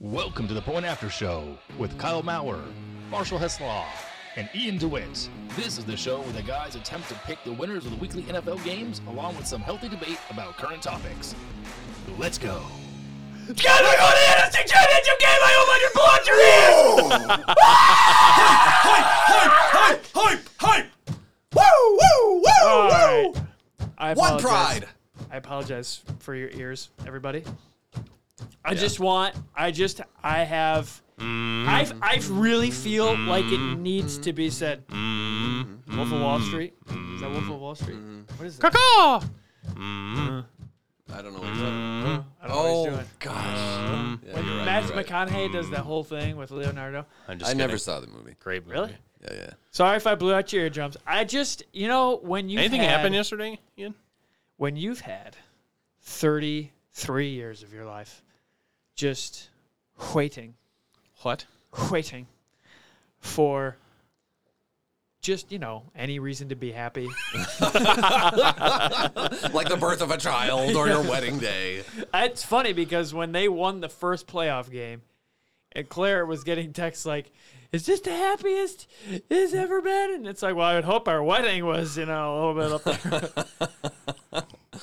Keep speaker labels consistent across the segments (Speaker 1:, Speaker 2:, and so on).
Speaker 1: Welcome to the Point After Show with Kyle Maurer, Marshall Heslaw, and Ian DeWitt. This is the show where the guys attempt to pick the winners of the weekly NFL games along with some healthy debate about current topics. Let's go.
Speaker 2: God, I got an NFC Championship game. I hope I just blocked your ears. hype, hype, hype, hype, hype. Woo, woo, woo,
Speaker 3: All
Speaker 2: woo.
Speaker 3: right. I
Speaker 2: One
Speaker 3: apologize.
Speaker 2: pride.
Speaker 3: I apologize for your ears, everybody. I just want. I just. I have. I
Speaker 2: Mm-hmm.
Speaker 3: I really feel like it needs to be said.
Speaker 2: Mm-hmm.
Speaker 3: Wolf of Wall Street. Is that Wolf of Wall Street? What is
Speaker 2: I
Speaker 3: that?
Speaker 2: don't know what
Speaker 4: Mm,
Speaker 2: you're
Speaker 3: I don't know what he's
Speaker 2: Oh,
Speaker 3: doing.
Speaker 2: gosh. Mm-hmm. Yeah, you're right,
Speaker 3: Matt
Speaker 2: you're right. Mm-hmm.
Speaker 3: McConaughey does that whole thing with Leonardo.
Speaker 4: I'm just
Speaker 2: I never
Speaker 4: kidding.
Speaker 2: saw the movie.
Speaker 4: Great movie.
Speaker 3: Really?
Speaker 2: Yeah, yeah.
Speaker 3: Sorry if I blew out your eardrums. I just, you know, when you
Speaker 4: Anything
Speaker 3: had,
Speaker 4: happened yesterday, Ian?
Speaker 3: when you've had 33 years of your life just waiting,
Speaker 4: What?
Speaker 3: waiting for just, you know, any reason to be happy.
Speaker 2: Like the birth of a child or your wedding day.
Speaker 3: it's funny because when they won the first playoff game, and Claire was getting texts like, "Is this the happiest it's ever been?" And it's like, "Well, I would hope our wedding was, you know, a little bit up there."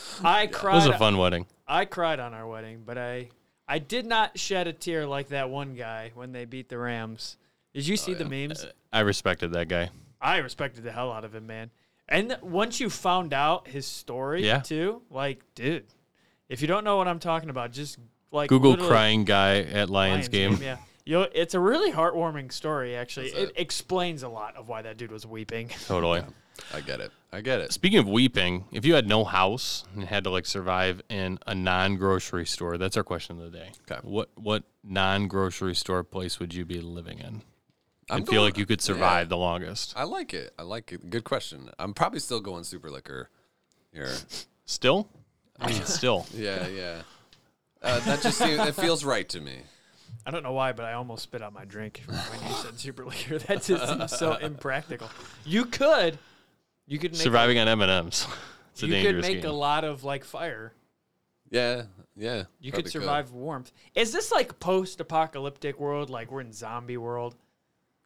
Speaker 3: I cried.
Speaker 4: It was a fun wedding.
Speaker 3: I cried on our wedding, but I I did not shed a tear like that one guy when they beat the Rams. Did
Speaker 4: Oh,
Speaker 3: you see the memes?
Speaker 4: I respected that guy.
Speaker 3: I respected the hell out of him, man. And once you found out his story,
Speaker 4: Yeah.
Speaker 3: too, like, dude, if you don't know what I'm talking about, just like
Speaker 4: Google
Speaker 3: literally-
Speaker 4: crying guy at Lions,
Speaker 3: Lions
Speaker 4: game.
Speaker 3: yeah. You'll, it's a really heartwarming story, actually.
Speaker 2: That's
Speaker 3: It explains a lot of why that dude was weeping.
Speaker 4: Totally.
Speaker 2: I get it. I get it.
Speaker 4: Speaking of weeping, if you had no house and had to like survive in a non-grocery store, that's our question of the day.
Speaker 2: Okay.
Speaker 4: What what non-grocery store place would you be living in?
Speaker 2: I'm
Speaker 4: I feel
Speaker 2: going-
Speaker 4: like you could survive the longest.
Speaker 2: I like it. I like it. Good question. I'm probably still going super liquor here.
Speaker 4: Still? I mean, still.
Speaker 2: Yeah, yeah. Uh, that just seems, that feels right to me.
Speaker 3: I don't know why, but I almost spit out my drink when you said super liquor. That just seems so impractical. You could, you could make
Speaker 4: Surviving on M&Ms. It's a
Speaker 3: you could
Speaker 4: dangerous
Speaker 3: make a
Speaker 4: game.
Speaker 3: lot of like fire.
Speaker 2: Yeah, yeah.
Speaker 3: You
Speaker 2: probably
Speaker 3: could survive warmth. Is this like post-apocalyptic world? Like we're in zombie world?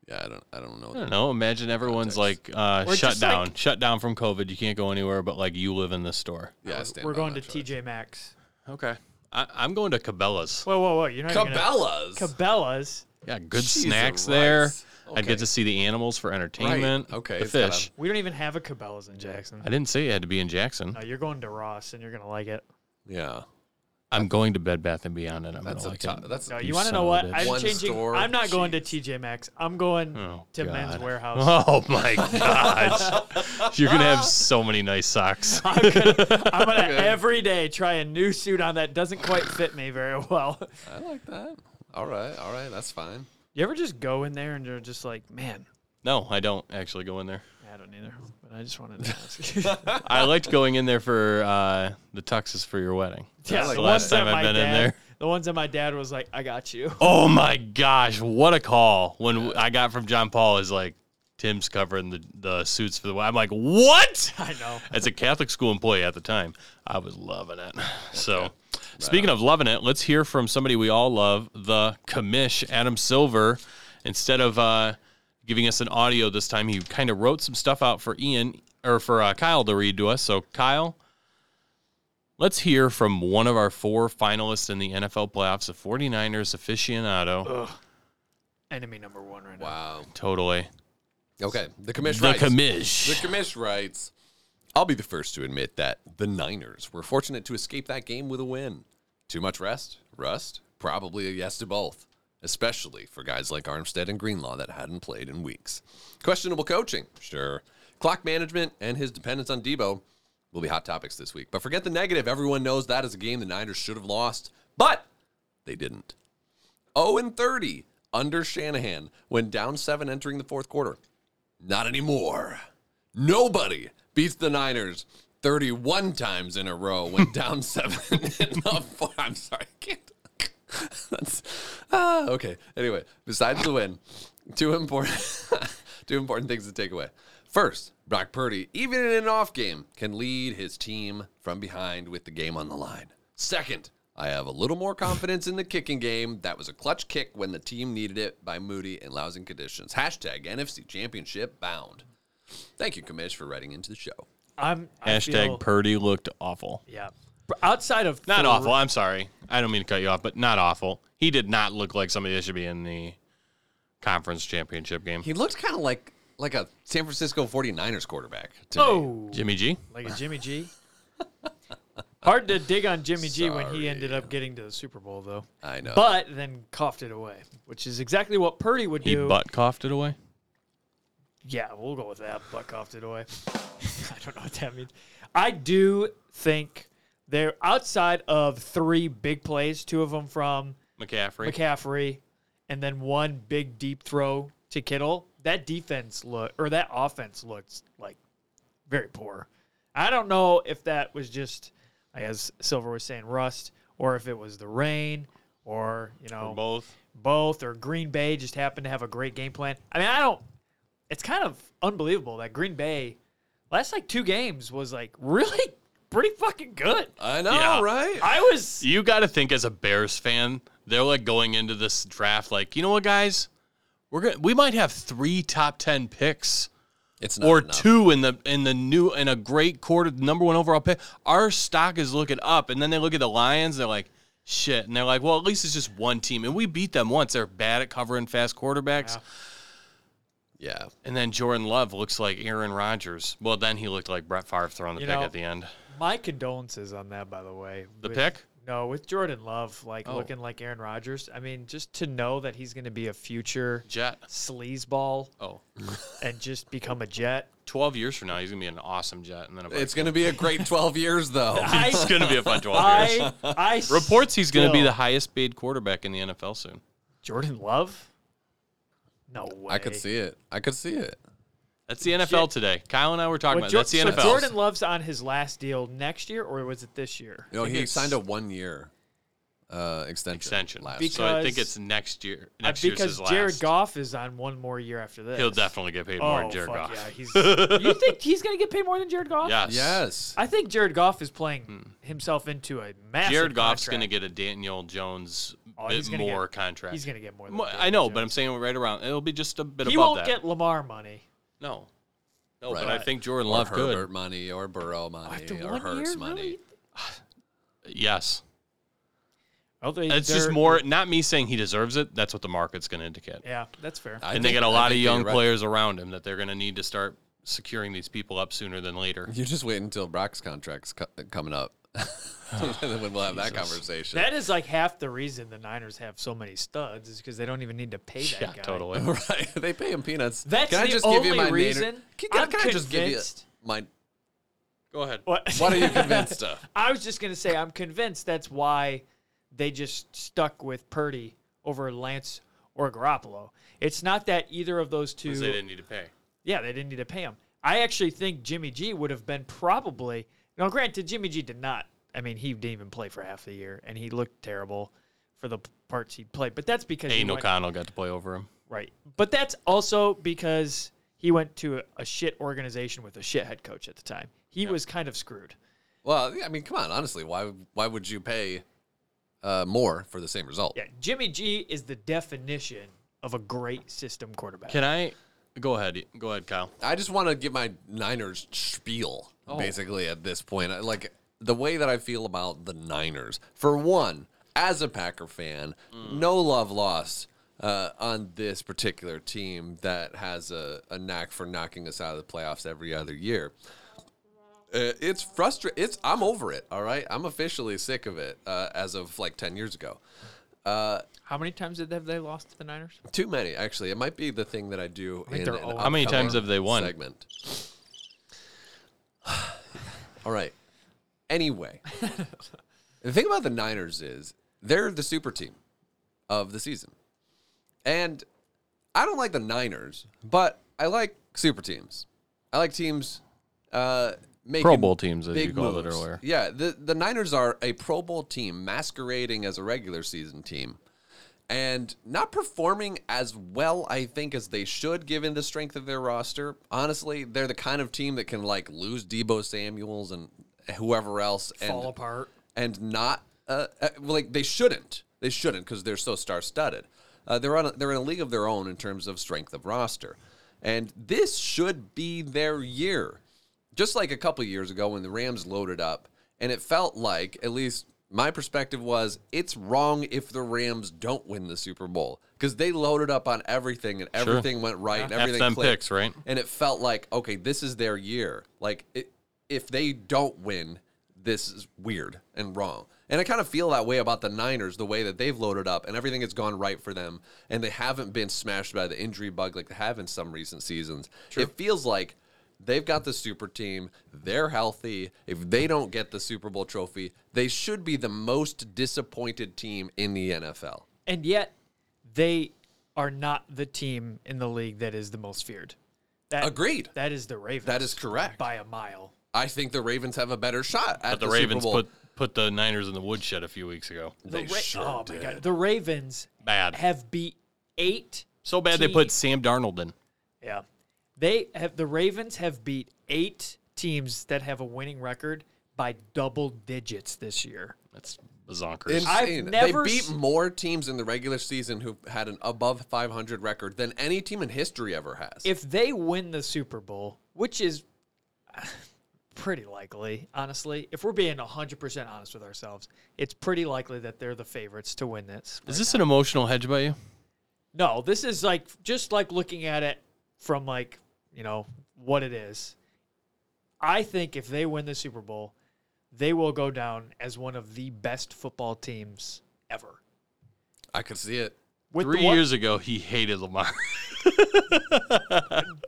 Speaker 2: Yeah, I don't. I don't know.
Speaker 4: I don't know. Imagine everyone's
Speaker 2: Context.
Speaker 4: like uh,
Speaker 3: Or
Speaker 4: shut
Speaker 3: just, like-
Speaker 4: down, shut down from COVID. You can't go anywhere, but like you live in this store.
Speaker 2: Yeah, I stand
Speaker 3: we're
Speaker 2: by
Speaker 3: going to
Speaker 2: that choice.
Speaker 3: TJ Maxx.
Speaker 4: Okay. I, I'm going to Cabela's.
Speaker 3: Whoa, whoa, whoa! You're not even gonna-
Speaker 2: Cabela's.
Speaker 3: Cabela's.
Speaker 4: Yeah, good
Speaker 2: Jesus
Speaker 4: snacks there.
Speaker 2: Christ.
Speaker 4: I'd
Speaker 2: Okay.
Speaker 4: get to see the animals for entertainment.
Speaker 2: Okay,
Speaker 4: The
Speaker 2: it's gotta-
Speaker 4: fish.
Speaker 3: We don't even have a Cabela's in Jackson.
Speaker 4: I didn't say it had to be in Jackson.
Speaker 3: No, you're going to Ross, and you're gonna like it.
Speaker 2: yeah,
Speaker 4: I'm going to Bed Bath and Beyond, and I'm
Speaker 2: that's
Speaker 4: gonna
Speaker 2: a
Speaker 4: like
Speaker 2: tough.
Speaker 4: it.
Speaker 2: That's
Speaker 3: No,
Speaker 2: a
Speaker 3: you,
Speaker 4: You
Speaker 3: want to
Speaker 4: son
Speaker 3: know
Speaker 4: of
Speaker 3: what?
Speaker 4: a bitch.
Speaker 3: I'm
Speaker 2: One
Speaker 3: changing.
Speaker 2: store,
Speaker 3: I'm not going to
Speaker 2: jeez.
Speaker 3: TJ Maxx. I'm going
Speaker 4: Oh,
Speaker 3: to
Speaker 4: God.
Speaker 3: Men's Warehouse.
Speaker 4: Oh my gosh! You're gonna have so many nice socks.
Speaker 3: I'm gonna, I'm gonna every day try a new suit on that doesn't quite fit me very well.
Speaker 2: I like that. All right, all right, that's fine.
Speaker 3: You ever just go in there and you're just like, man,
Speaker 4: No, I don't actually go in there.
Speaker 3: I don't either, but I just wanted to ask.
Speaker 4: I liked going in there for uh, the tuxes for your wedding.
Speaker 3: yeah,
Speaker 4: That's
Speaker 3: the
Speaker 4: the
Speaker 3: ones
Speaker 4: last time
Speaker 3: that
Speaker 4: I've
Speaker 3: my
Speaker 4: been in
Speaker 3: dad-
Speaker 4: there.
Speaker 3: The ones that my dad was like, I got you.
Speaker 4: Oh my gosh, what a call! When w- I got from John Paul is like, Tim's covering the, the suits for the. wed-" I'm like, what?
Speaker 3: I know.
Speaker 4: As a Catholic school employee at the time, I was loving it. So, speaking of loving it, let's hear from somebody we all love, the commish Adam Silver. Instead of uh, giving us an audio this time, he kind of wrote some stuff out for Ian or for uh, Kyle to read to us. So, Kyle, Let's hear from one of our four finalists in the NFL playoffs, a 49ers aficionado.
Speaker 3: Enemy number one right now.
Speaker 2: Wow.
Speaker 4: Totally.
Speaker 2: Okay, the commission.
Speaker 4: The
Speaker 2: writes- The
Speaker 4: commish.
Speaker 2: commission writes. I'll be the first to admit that the Niners were fortunate to escape that game with a win. Too much rest, rust, probably a yes to both, especially for guys like Armstead and Greenlaw that hadn't played in weeks. Questionable coaching, sure. Clock management and his dependence on Debo will be hot topics this week. But forget the negative. Everyone knows that is a game the Niners should have lost, but they didn't. 0 and 30 under Shanahan when down seven entering the fourth quarter. Not anymore. Nobody beats the Niners 31 times in a row when down seven in the four. I'm sorry, I can't. That's, ah, okay. Anyway, besides the win, two important two important things to take away. First, Brock Purdy, even in an off game, can lead his team from behind with the game on the line. Second, I have a little more confidence in the kicking game. That was a clutch kick when the team needed it by Moody in lousing conditions. Hashtag NFC Championship bound. Thank you, Commish, for writing into the show.
Speaker 3: I'm I
Speaker 4: Hashtag
Speaker 3: feel-
Speaker 4: Purdy looked awful.
Speaker 3: yeah. Outside of
Speaker 4: Not
Speaker 3: Phil-
Speaker 4: awful. I'm sorry. I don't mean to cut you off, but not awful. He did not look like somebody that should be in the conference championship game.
Speaker 2: He looked kind of like like a San Francisco 49ers quarterback. To me.
Speaker 3: Oh,
Speaker 4: Jimmy G.
Speaker 3: like a Jimmy G. Hard to dig on Jimmy G when he ended up getting to the Super Bowl though,
Speaker 2: I know.
Speaker 3: but then coughed it away, which is exactly what Purdy would
Speaker 4: He
Speaker 3: do.
Speaker 4: butt coughed it away.
Speaker 3: Yeah, we'll go with that. Butt coughed it away. I don't know what that means. I do think they're outside of three big plays, two of them from
Speaker 4: McCaffrey.
Speaker 3: McCaffrey, and then one big deep throw to Kittle. That defense look or that offense looks like very poor. I don't know if that was just, as Silver was saying, rust, or if it was the rain, or you know,
Speaker 4: Both.
Speaker 3: both or Green Bay just happened to have a great game plan. I mean, I don't. It's kind of unbelievable that Green Bay last like two games was like really pretty fucking good.
Speaker 2: I know,
Speaker 4: Yeah.
Speaker 2: right?
Speaker 3: I was
Speaker 4: You got to think as a Bears fan, they're like going into this draft like, you know what, guys, we're gonna we might have three top ten picks
Speaker 2: it's not
Speaker 4: or
Speaker 2: enough.
Speaker 4: two in the in the new in a great quarter number one overall pick. Our stock is looking up, and then they look at the Lions, they're like. Shit, and they're like, well, at least it's just one team, and we beat them once. They're bad at covering fast quarterbacks,
Speaker 3: Yeah.
Speaker 2: Yeah.
Speaker 4: and then Jordan Love looks like Aaron Rodgers. Well, then he looked like Brett Favre throwing the
Speaker 3: You
Speaker 4: pick
Speaker 3: know,
Speaker 4: at the end.
Speaker 3: my condolences on that by the way.
Speaker 4: The
Speaker 3: With-
Speaker 4: pick?
Speaker 3: No, with Jordan Love like
Speaker 4: Oh.
Speaker 3: looking like Aaron Rodgers. I mean, just to know that he's going to be a future
Speaker 4: Jet.
Speaker 3: sleazeball
Speaker 4: Oh,
Speaker 3: and just become a Jet.
Speaker 4: 12 years from now, he's gonna be an awesome Jet, and then a
Speaker 2: It's going to be a great 12 years, though.
Speaker 4: it's
Speaker 3: I
Speaker 4: gonna be a fun 12 years.
Speaker 3: I, I
Speaker 4: Reports he's going to be
Speaker 3: still-
Speaker 4: the highest paid quarterback in the NFL soon.
Speaker 3: Jordan Love. No way.
Speaker 2: I could see it. I could see it.
Speaker 4: That's the NFL today. Kyle and I were talking
Speaker 3: When
Speaker 4: about it.
Speaker 3: Jo-
Speaker 4: that's the
Speaker 3: so
Speaker 4: NFL.
Speaker 3: Jordan Love's on his last deal next year, or was it this year?
Speaker 2: No, he
Speaker 4: it's-
Speaker 2: signed a one year uh, extension.
Speaker 4: extension.
Speaker 2: Last
Speaker 4: so I think
Speaker 3: Because-
Speaker 4: it's next year.
Speaker 3: Uh,
Speaker 4: Next year's
Speaker 3: because
Speaker 4: his last.
Speaker 3: Jared Goff is on one more year after this.
Speaker 4: He'll definitely get paid
Speaker 3: oh,
Speaker 4: more than Jared
Speaker 3: fuck
Speaker 4: Goff.
Speaker 3: Yeah, he's, you think he's going to get paid more than Jared Goff?
Speaker 4: Yes.
Speaker 2: Yes.
Speaker 3: I think Jared Goff is playing himself into a massive.
Speaker 4: Hmm. Jared Goff's going
Speaker 3: contract.
Speaker 4: to get a Daniel Jones
Speaker 3: Oh, he's
Speaker 4: bit
Speaker 3: gonna get-
Speaker 4: more contract.
Speaker 3: He's going to get more. Than
Speaker 4: Mo-
Speaker 3: Daniel
Speaker 4: I know,
Speaker 3: Jones.
Speaker 4: but I'm saying right around. It'll be just a bit
Speaker 3: he
Speaker 4: above
Speaker 3: won't
Speaker 4: that.
Speaker 3: get Lamar money.
Speaker 4: no. No,
Speaker 2: Right.
Speaker 4: but I think Jordan
Speaker 2: Or
Speaker 4: Love
Speaker 2: Herbert
Speaker 4: could.
Speaker 2: money or Burrow money
Speaker 3: After
Speaker 2: or
Speaker 3: one
Speaker 2: Hurts
Speaker 3: year,
Speaker 2: money.
Speaker 3: really?
Speaker 4: Yes.
Speaker 3: Although
Speaker 4: It's just
Speaker 3: they're-
Speaker 4: more, not me saying he deserves it. That's what the market's going to indicate.
Speaker 3: Yeah, that's fair.
Speaker 2: I
Speaker 4: and they
Speaker 2: think-
Speaker 4: got a
Speaker 2: I
Speaker 4: lot of
Speaker 2: think
Speaker 4: young
Speaker 2: you're right.
Speaker 4: players around him that they're going to need to start securing these people up sooner than later.
Speaker 2: You just wait until Brock's contract's co- coming up. and then we'll have that conversation.
Speaker 3: That is like half the reason the Niners have so many studs is because they don't even need to pay that
Speaker 4: Yeah,
Speaker 3: guy.
Speaker 4: totally.
Speaker 2: right. They pay him peanuts.
Speaker 3: That's
Speaker 2: can I
Speaker 3: the
Speaker 2: just give you
Speaker 3: only
Speaker 2: my Nader-
Speaker 3: reason
Speaker 2: Can, can
Speaker 3: I'm
Speaker 2: I just give you
Speaker 3: convinced-
Speaker 2: my.
Speaker 4: Go ahead.
Speaker 3: What?
Speaker 2: What are you convinced of?
Speaker 3: I was just gonna say I'm convinced that's why they just stuck with Purdy over Lance or Garoppolo. It's not that either of those two.
Speaker 4: Because they didn't need to pay.
Speaker 3: Yeah, they didn't need to pay him. I actually think Jimmy G would have been probably. Now, granted, Jimmy G did not. I mean, he didn't even play for half the year, and he looked terrible for the p- parts he played. But that's because he
Speaker 4: Aiden
Speaker 3: went,
Speaker 4: O'Connell got to play over him.
Speaker 3: right. But that's also because he went to a, a shit organization with a shit head coach at the time. He was kind of screwed.
Speaker 2: Well, I mean, come on. Honestly, why why would you pay uh, more for the same result?
Speaker 3: Yeah, Jimmy G is the definition of a great system quarterback.
Speaker 4: Can I? Go ahead. Go ahead, Kyle.
Speaker 2: I just want to give my Niners spiel basically at this point. I- Like the way that I feel about the Niners. For one, as a Packer fan, no love lost uh, on this particular team that has a, a knack for knocking us out of the playoffs every other year. Uh, it's frustrating. It's I'm over it. All right, I'm officially sick of it. Uh, as of like ten years ago.
Speaker 3: How many times did they, have they lost to the Niners?
Speaker 2: Too many, actually. It might be the thing that I do. in
Speaker 3: they're
Speaker 2: an
Speaker 3: all-
Speaker 4: How many
Speaker 2: upcoming
Speaker 4: times have they won?
Speaker 2: Segment. all right. Anyway, the thing about the Niners is they're the super team of the season, and I don't like the Niners, but I like super teams. I like teams uh, making
Speaker 4: Bowl teams, as you
Speaker 2: big
Speaker 4: called it
Speaker 2: moves.
Speaker 4: earlier.
Speaker 2: Yeah, the the Niners are a Pro Bowl team masquerading as a regular season team and not performing as well, I think, as they should, given the strength of their roster. Honestly, they're the kind of team that can like lose Debo Samuel's and whoever else and
Speaker 3: Fall apart.
Speaker 2: and not uh, uh, well, like they shouldn't. They shouldn't because they're so star studded. Uh, they're on. A, they're in a league of their own in terms of strength of roster, and this should be their year. Just like a couple years ago when the Rams loaded up, and it felt like, at least my perspective was, it's wrong if the Rams don't win the Super Bowl because they loaded up on everything and everything went right and everything
Speaker 4: them
Speaker 2: clicked
Speaker 4: picks, right?
Speaker 2: and it felt like okay this is their year like it, if they don't win this is weird and wrong and i kind of feel that way about the niners the way that they've loaded up and everything has gone right for them and they haven't been smashed by the injury bug like they have in some recent seasons it feels like they've got the super team they're healthy if they don't get the super bowl trophy they should be the most disappointed team in the nfl
Speaker 3: and yet they are not the team in the league that is the most feared. That,
Speaker 2: agreed
Speaker 3: That is the Ravens.
Speaker 2: that is correct
Speaker 3: by a mile.
Speaker 2: i think the ravens have a better shot at
Speaker 4: But the,
Speaker 2: Super
Speaker 4: Ravens
Speaker 2: Bowl.
Speaker 4: put put the Niners in the woodshed a few weeks ago.
Speaker 2: They
Speaker 3: Ra-
Speaker 2: sure
Speaker 3: oh
Speaker 2: did.
Speaker 3: my god, the Ravens
Speaker 4: Bad.
Speaker 3: have beat eight.
Speaker 4: So bad they put
Speaker 3: teams.
Speaker 4: Sam Darnold in.
Speaker 3: Yeah, they have. The Ravens have beat eight teams that have a winning record by double digits this year.
Speaker 4: That's bazonkers.
Speaker 2: Insane.
Speaker 3: I've never
Speaker 2: they beat
Speaker 3: s-
Speaker 2: more teams in the regular season who had an above 500 record than any team in history ever has.
Speaker 3: If they win the Super Bowl, which is pretty likely, honestly, if we're being hundred percent honest with ourselves, it's pretty likely that they're the favorites to win this.
Speaker 4: is this an emotional hedge by you?
Speaker 3: No, this is like just like looking at it from like, you know, what it is. I think if they win the Super Bowl, they will go down as one of the best football teams ever.
Speaker 2: I could see it.
Speaker 3: With the
Speaker 4: Three
Speaker 3: one-
Speaker 4: years ago, he hated Lamar.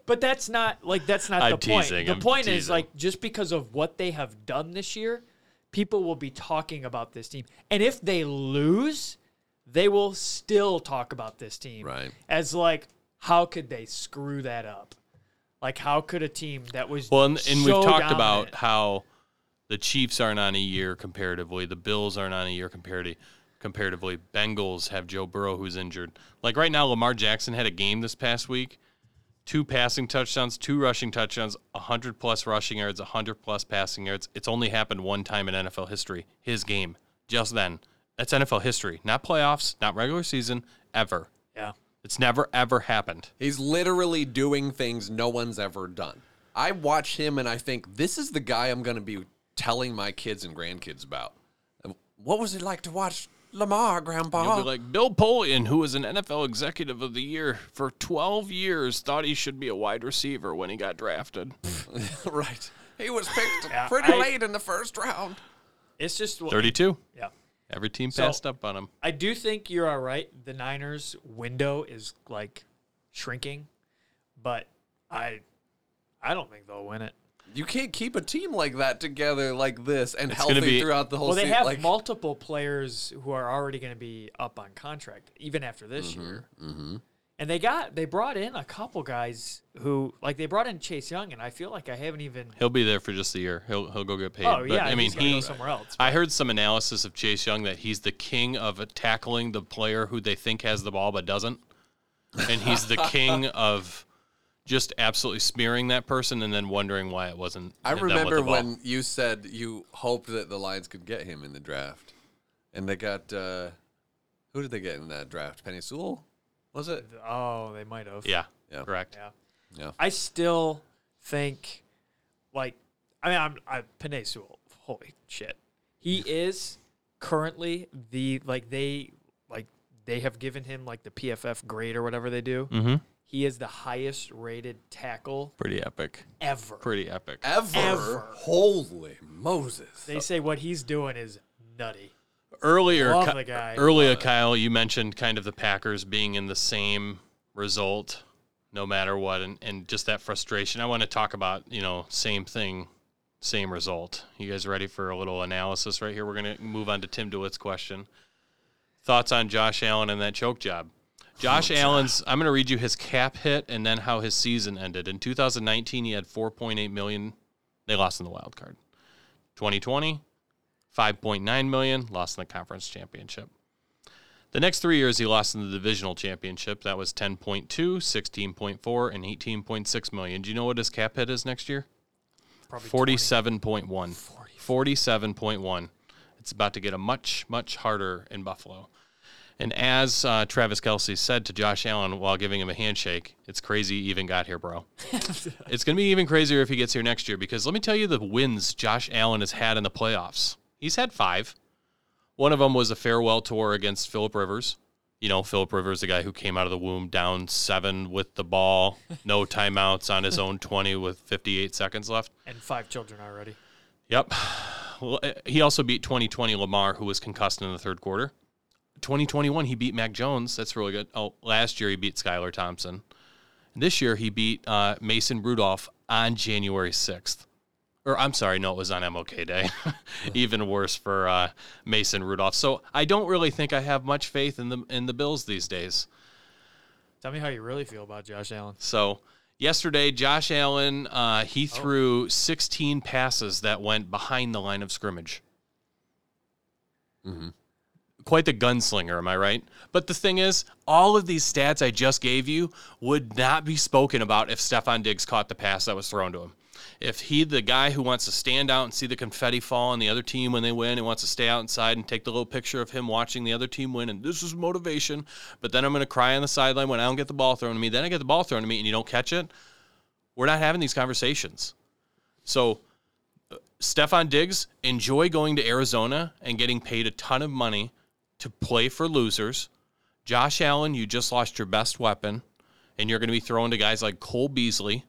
Speaker 3: but that's not like that's not
Speaker 4: I'm
Speaker 3: the point.
Speaker 4: teasing,
Speaker 3: The
Speaker 4: I'm
Speaker 3: point is
Speaker 4: teasing.
Speaker 3: like just because of what they have done this year, people will be talking about this team. And if they lose, they will still talk about this team.
Speaker 2: Right.
Speaker 3: As like how could they screw that up? Like how could a team that was
Speaker 4: Well, and, and we've
Speaker 3: so
Speaker 4: talked
Speaker 3: dominant-
Speaker 4: about how the Chiefs aren't on a year comparatively, the Bills aren't on a year comparatively. Comparatively, Bengals have Joe Burrow who's injured. Like right now, Lamar Jackson had a game this past week, two passing touchdowns, two rushing touchdowns, hundred plus rushing yards, hundred plus passing yards. It's only happened one time in NFL history. His game, just then. That's NFL history, not playoffs, not regular season, ever.
Speaker 3: Yeah.
Speaker 4: It's never ever happened.
Speaker 2: He's literally doing things no one's ever done. I watch him and I think this is the guy I'm going to be telling my kids and grandkids about. Um, What was it like to watch Lamar, Grandpa?
Speaker 4: You'll
Speaker 3: Uh-huh.
Speaker 4: be like Bill Polian, who was an NFL executive of the year for 12 years, thought he should be a wide receiver when he got drafted.
Speaker 2: right. He was picked
Speaker 3: Yeah,
Speaker 2: pretty
Speaker 3: I-
Speaker 2: late in the first round.
Speaker 3: It's just
Speaker 4: 32.
Speaker 3: Yeah.
Speaker 4: Every team
Speaker 3: So-
Speaker 4: passed up on him.
Speaker 3: I do think you're all right. The Niners window is like shrinking, but I I don't think they'll win it.
Speaker 2: You can't keep a team like that together like this and
Speaker 4: gonna
Speaker 2: healthy
Speaker 4: be-
Speaker 2: throughout the whole
Speaker 3: Well, they
Speaker 2: season.
Speaker 3: have
Speaker 2: like,
Speaker 3: multiple players who are already going to be up on contract even after this
Speaker 4: Mm-hmm,
Speaker 3: year. And they got they brought in a couple guys who like they brought in Chase Young, and I feel like I haven't even.
Speaker 4: He'll be there for just a year. He'll he'll go get paid.
Speaker 3: Oh
Speaker 4: But,
Speaker 3: yeah,
Speaker 4: I mean
Speaker 3: he's gonna go
Speaker 4: he.
Speaker 3: somewhere else.
Speaker 4: I heard some analysis of Chase Young that he's the king of tackling the player who they think has the ball but doesn't, and he's the king of just absolutely smearing that person and then wondering why it wasn't.
Speaker 2: I
Speaker 4: them with the
Speaker 2: remember
Speaker 4: ball.
Speaker 2: when you said you hoped that the Lions could get him in the draft, and they got uh, who did they get in that draft? Penny Sewell, was it?
Speaker 3: Oh, they might have.
Speaker 4: Yeah,
Speaker 2: Yeah.
Speaker 4: correct.
Speaker 3: Yeah.
Speaker 2: Yeah.
Speaker 3: I still think, like, I mean, I'm I, Panay Sewell. Holy shit, he is currently the like they like they have given him like the PFF grade or whatever they do. Mm-hmm. He is the highest rated tackle
Speaker 4: Pretty epic.
Speaker 3: ever.
Speaker 4: Pretty epic.
Speaker 2: Ever.
Speaker 3: Ever.
Speaker 2: Holy Moses!
Speaker 3: They say what he's doing is nutty.
Speaker 4: earlier,
Speaker 3: Love
Speaker 4: Ky-
Speaker 3: the guy.
Speaker 4: earlier, Kyle, you mentioned kind of the Packers being in the same result, no matter what, and, and just that frustration. I want to talk about you know same thing, same result. You guys ready for a little analysis right here? We're gonna move on to Tim DeWitt's question. Thoughts on Josh Allen and that choke job? Josh Allen's. I'm going to read you his cap hit and then how his season ended. In 2019, he had 4.8 million. They lost in the wild card. 2020, 5.9 million lost in the conference championship the next three years he lost in the divisional championship that was 10.2 16.4 and 18.6 million do you know what his cap hit is next year
Speaker 3: Probably
Speaker 4: 47.1 47.1 It's about to get a much, much harder in Buffalo. And as uh, Travis Kelsey said to Josh Allen while giving him a handshake, it's crazy he even got here, bro. it's going to be even crazier if he gets here next year because let me tell you the wins Josh Allen has had in the playoffs. He's had five. One of them was a farewell tour against Philip Rivers. You know, Philip Rivers, the guy who came out of the womb down seven with the ball, no timeouts on his own 20 with 58 seconds left.
Speaker 3: and five children already.
Speaker 4: Yep. Well, uh, he also beat 2020 Lamar, who was concussed in the third quarter. 2021, he beat Mac Jones. That's really good. Oh, last year he beat Skylar Thompson. This year he beat uh, Mason Rudolph on January 6th. Or I'm sorry, no, it was on MLK Day. Even worse for uh, Mason Rudolph. So I don't really think I have much faith in the in the Bills these days.
Speaker 3: Tell me how you really feel about Josh Allen.
Speaker 4: So yesterday, Josh Allen uh, he threw 16 passes that went behind the line of scrimmage. Quite the gunslinger, am I right? But the thing is, all of these stats I just gave you would not be spoken about if Stefan Diggs caught the pass that was thrown to him. If he, the guy who wants to stand out and see the confetti fall on the other team when they win and wants to stay outside and take the little picture of him watching the other team win, and this is motivation, but then I'm going to cry on the sideline when I don't get the ball thrown to me, then I get the ball thrown to me and you don't catch it, we're not having these conversations. So, uh, Stefan Diggs, enjoy going to Arizona and getting paid a ton of money to play for losers. Josh Allen, you just lost your best weapon, and you're going to be thrown to guys like Cole Beasley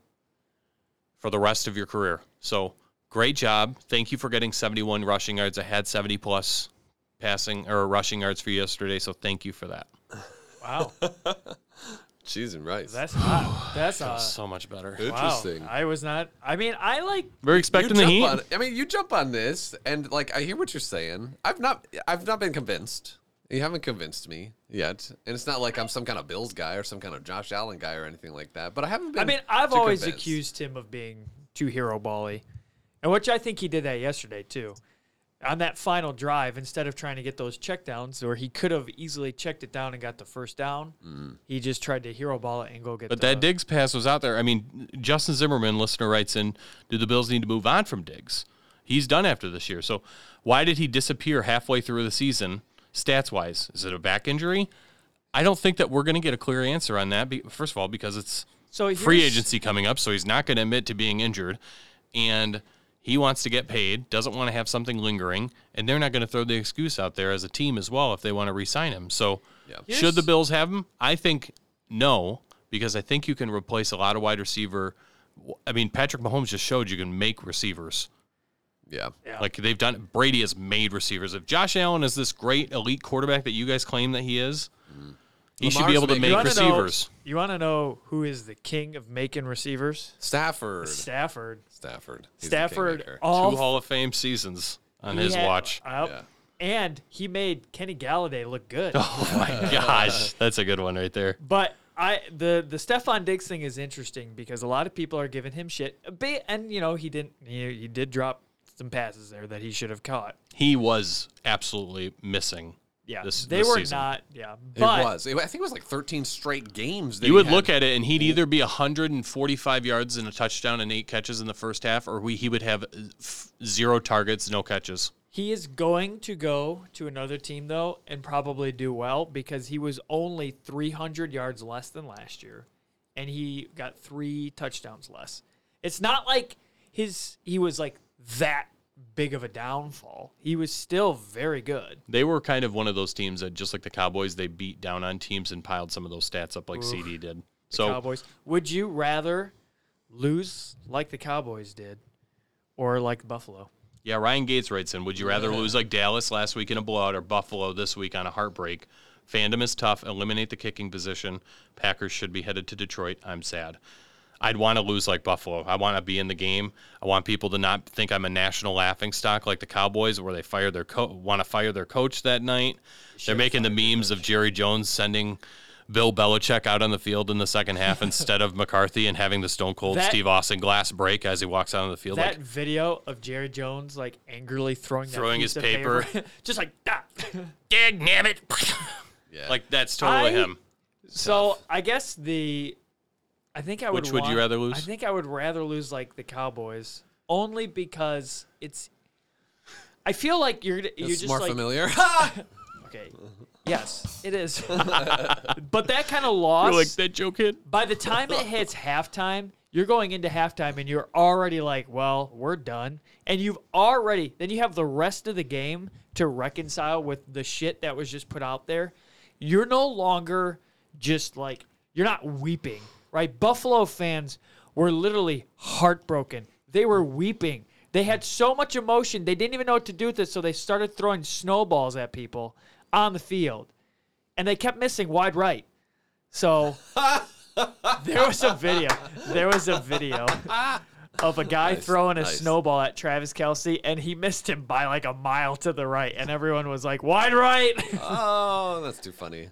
Speaker 4: for the rest of your career. So great job. Thank you for getting 71 rushing yards. I had 70 plus passing or rushing yards for you yesterday. So thank you for that.
Speaker 3: Wow,
Speaker 2: Cheese and rice.
Speaker 3: that's hot. That's uh,
Speaker 4: so much better.
Speaker 2: Interesting.
Speaker 3: Wow. I was not. I mean, I like.
Speaker 4: We're
Speaker 2: You
Speaker 4: expecting the
Speaker 2: jump
Speaker 4: heat.
Speaker 2: on- I mean, you jump on this, and like I hear what you're saying. I've not, I've not been convinced. You haven't convinced me yet, and it's not like I'm some kind of Bills guy or some kind of Josh Allen guy or anything like that. But I haven't. been
Speaker 3: I mean, I've
Speaker 2: too
Speaker 3: always
Speaker 2: convinced.
Speaker 3: accused him of being too hero bally, and which I think he did that yesterday too. On that final drive, instead of trying to get those checkdowns, or he could have easily checked it down and got the first down, he just tried to hero ball it and go get.
Speaker 4: Mm. But
Speaker 3: the,
Speaker 4: that Diggs pass was out there. I mean, Justin Zimmerman, listener, writes in Do the Bills need to move on from Diggs? He's done after this year. So why did he disappear halfway through the season, stats wise? Is it a back injury? I don't think that we're going to get a clear answer on that. be- First of all, because it's
Speaker 3: so
Speaker 4: free
Speaker 3: here's-
Speaker 4: agency coming up, so he's not going to admit to being injured, and he wants to get paid, doesn't want to have something lingering, and they're not going to throw the excuse out there as a team as well if they want to re-sign him. So, should the Bills have him? I think no, because I think you can replace a lot of wide receiver. I mean, Patrick Mahomes just showed you can make receivers.
Speaker 2: Yeah.
Speaker 4: Like they've done, Brady has made receivers. If Josh Allen is this great elite quarterback that you guys claim that he is, he should
Speaker 2: Lamar's
Speaker 4: be able to
Speaker 2: making-
Speaker 4: make
Speaker 2: You
Speaker 3: wanna know-
Speaker 4: receivers.
Speaker 3: you want to know who is the king of making receivers?
Speaker 2: Stafford.
Speaker 3: Stafford.
Speaker 2: Stafford. He's the
Speaker 3: Stafford.
Speaker 2: kingmaker.
Speaker 3: All
Speaker 4: two Hall of Fame seasons on
Speaker 3: he
Speaker 4: his
Speaker 3: had-
Speaker 4: watch.
Speaker 3: Yep.
Speaker 2: Yeah.
Speaker 3: And he made Kenny Galladay look good.
Speaker 4: Oh my gosh, that's a good one right there.
Speaker 3: But I the the Stefan Diggs thing is interesting because a lot of people are giving him shit. A bit, and you know he didn't. He, he did drop some passes there that he should have caught.
Speaker 4: He was absolutely missing.
Speaker 3: Yeah,
Speaker 4: This-
Speaker 3: they
Speaker 4: this
Speaker 3: were
Speaker 4: season.
Speaker 3: not. Yeah,
Speaker 2: It
Speaker 3: but
Speaker 2: was. It- I think it was like 13 straight games. That
Speaker 4: You
Speaker 2: he
Speaker 4: would
Speaker 2: had.
Speaker 4: look at it, and he'd either be 145 yards and a touchdown and eight catches in the first half, or we, he would have uh, f- zero targets, no catches.
Speaker 3: he is going to go to another team though and probably do well because he was only 300 yards less than last year, and he got three touchdowns less. It's not like his he was like that big of a downfall. He was still very good.
Speaker 4: They were kind of one of those teams that, just like the Cowboys, they beat down on teams and piled some of those stats up like CD did. So
Speaker 3: Cowboys. Would you rather lose like the Cowboys did or like Buffalo?
Speaker 4: Yeah, Ryan Gates writes in Would you rather lose like Dallas last week in a blowout or Buffalo this week on a heartbreak? Fandom is tough. Eliminate the kicking position. Packers should be headed to Detroit. I'm sad. I'd want to lose like Buffalo. I want to be in the game. I want people to not think I'm a national laughing stock like the Cowboys, where they fire their co- want to fire their coach that night. They're making the memes of Jerry Jones sending Bill Belichick out on the field in the second half instead of McCarthy and having the Stone Cold
Speaker 3: That-
Speaker 4: Steve Austin glass break as he walks out on the field.
Speaker 3: That
Speaker 4: like,
Speaker 3: video of Jerry Jones like angrily throwing that
Speaker 4: Throwing
Speaker 3: piece
Speaker 4: his
Speaker 3: of
Speaker 4: paper.
Speaker 3: just like "Ah." that.
Speaker 4: Dag nabbit.
Speaker 2: Yeah.
Speaker 4: like that's totally
Speaker 3: I-
Speaker 4: him.
Speaker 3: so I guess the I think I would
Speaker 4: Which would you
Speaker 3: want-
Speaker 4: rather lose?
Speaker 3: I think I would rather lose like the Cowboys only because it's I feel like you're you're
Speaker 2: It's
Speaker 3: just
Speaker 2: more
Speaker 3: like
Speaker 2: familiar.
Speaker 3: okay. Yes, it is. but that kind of loss.
Speaker 4: You're like that joke hit.
Speaker 3: by the time it hits halftime, you're going into halftime and you're already like, well, we're done. And you've already, then you have the rest of the game to reconcile with the shit that was just put out there. You're no longer just like, you're not weeping, right? Buffalo fans were literally heartbroken. They were weeping. They had so much emotion, they didn't even know what to do with it. So they started throwing snowballs at people on the field. And they kept missing wide right. So there was a video. There was a video of a guy throwing a
Speaker 2: nice.
Speaker 3: snowball at Travis Kelsey, and he missed him by like a mile to the right, and everyone was like, "Wide right!"
Speaker 2: oh, that's too funny.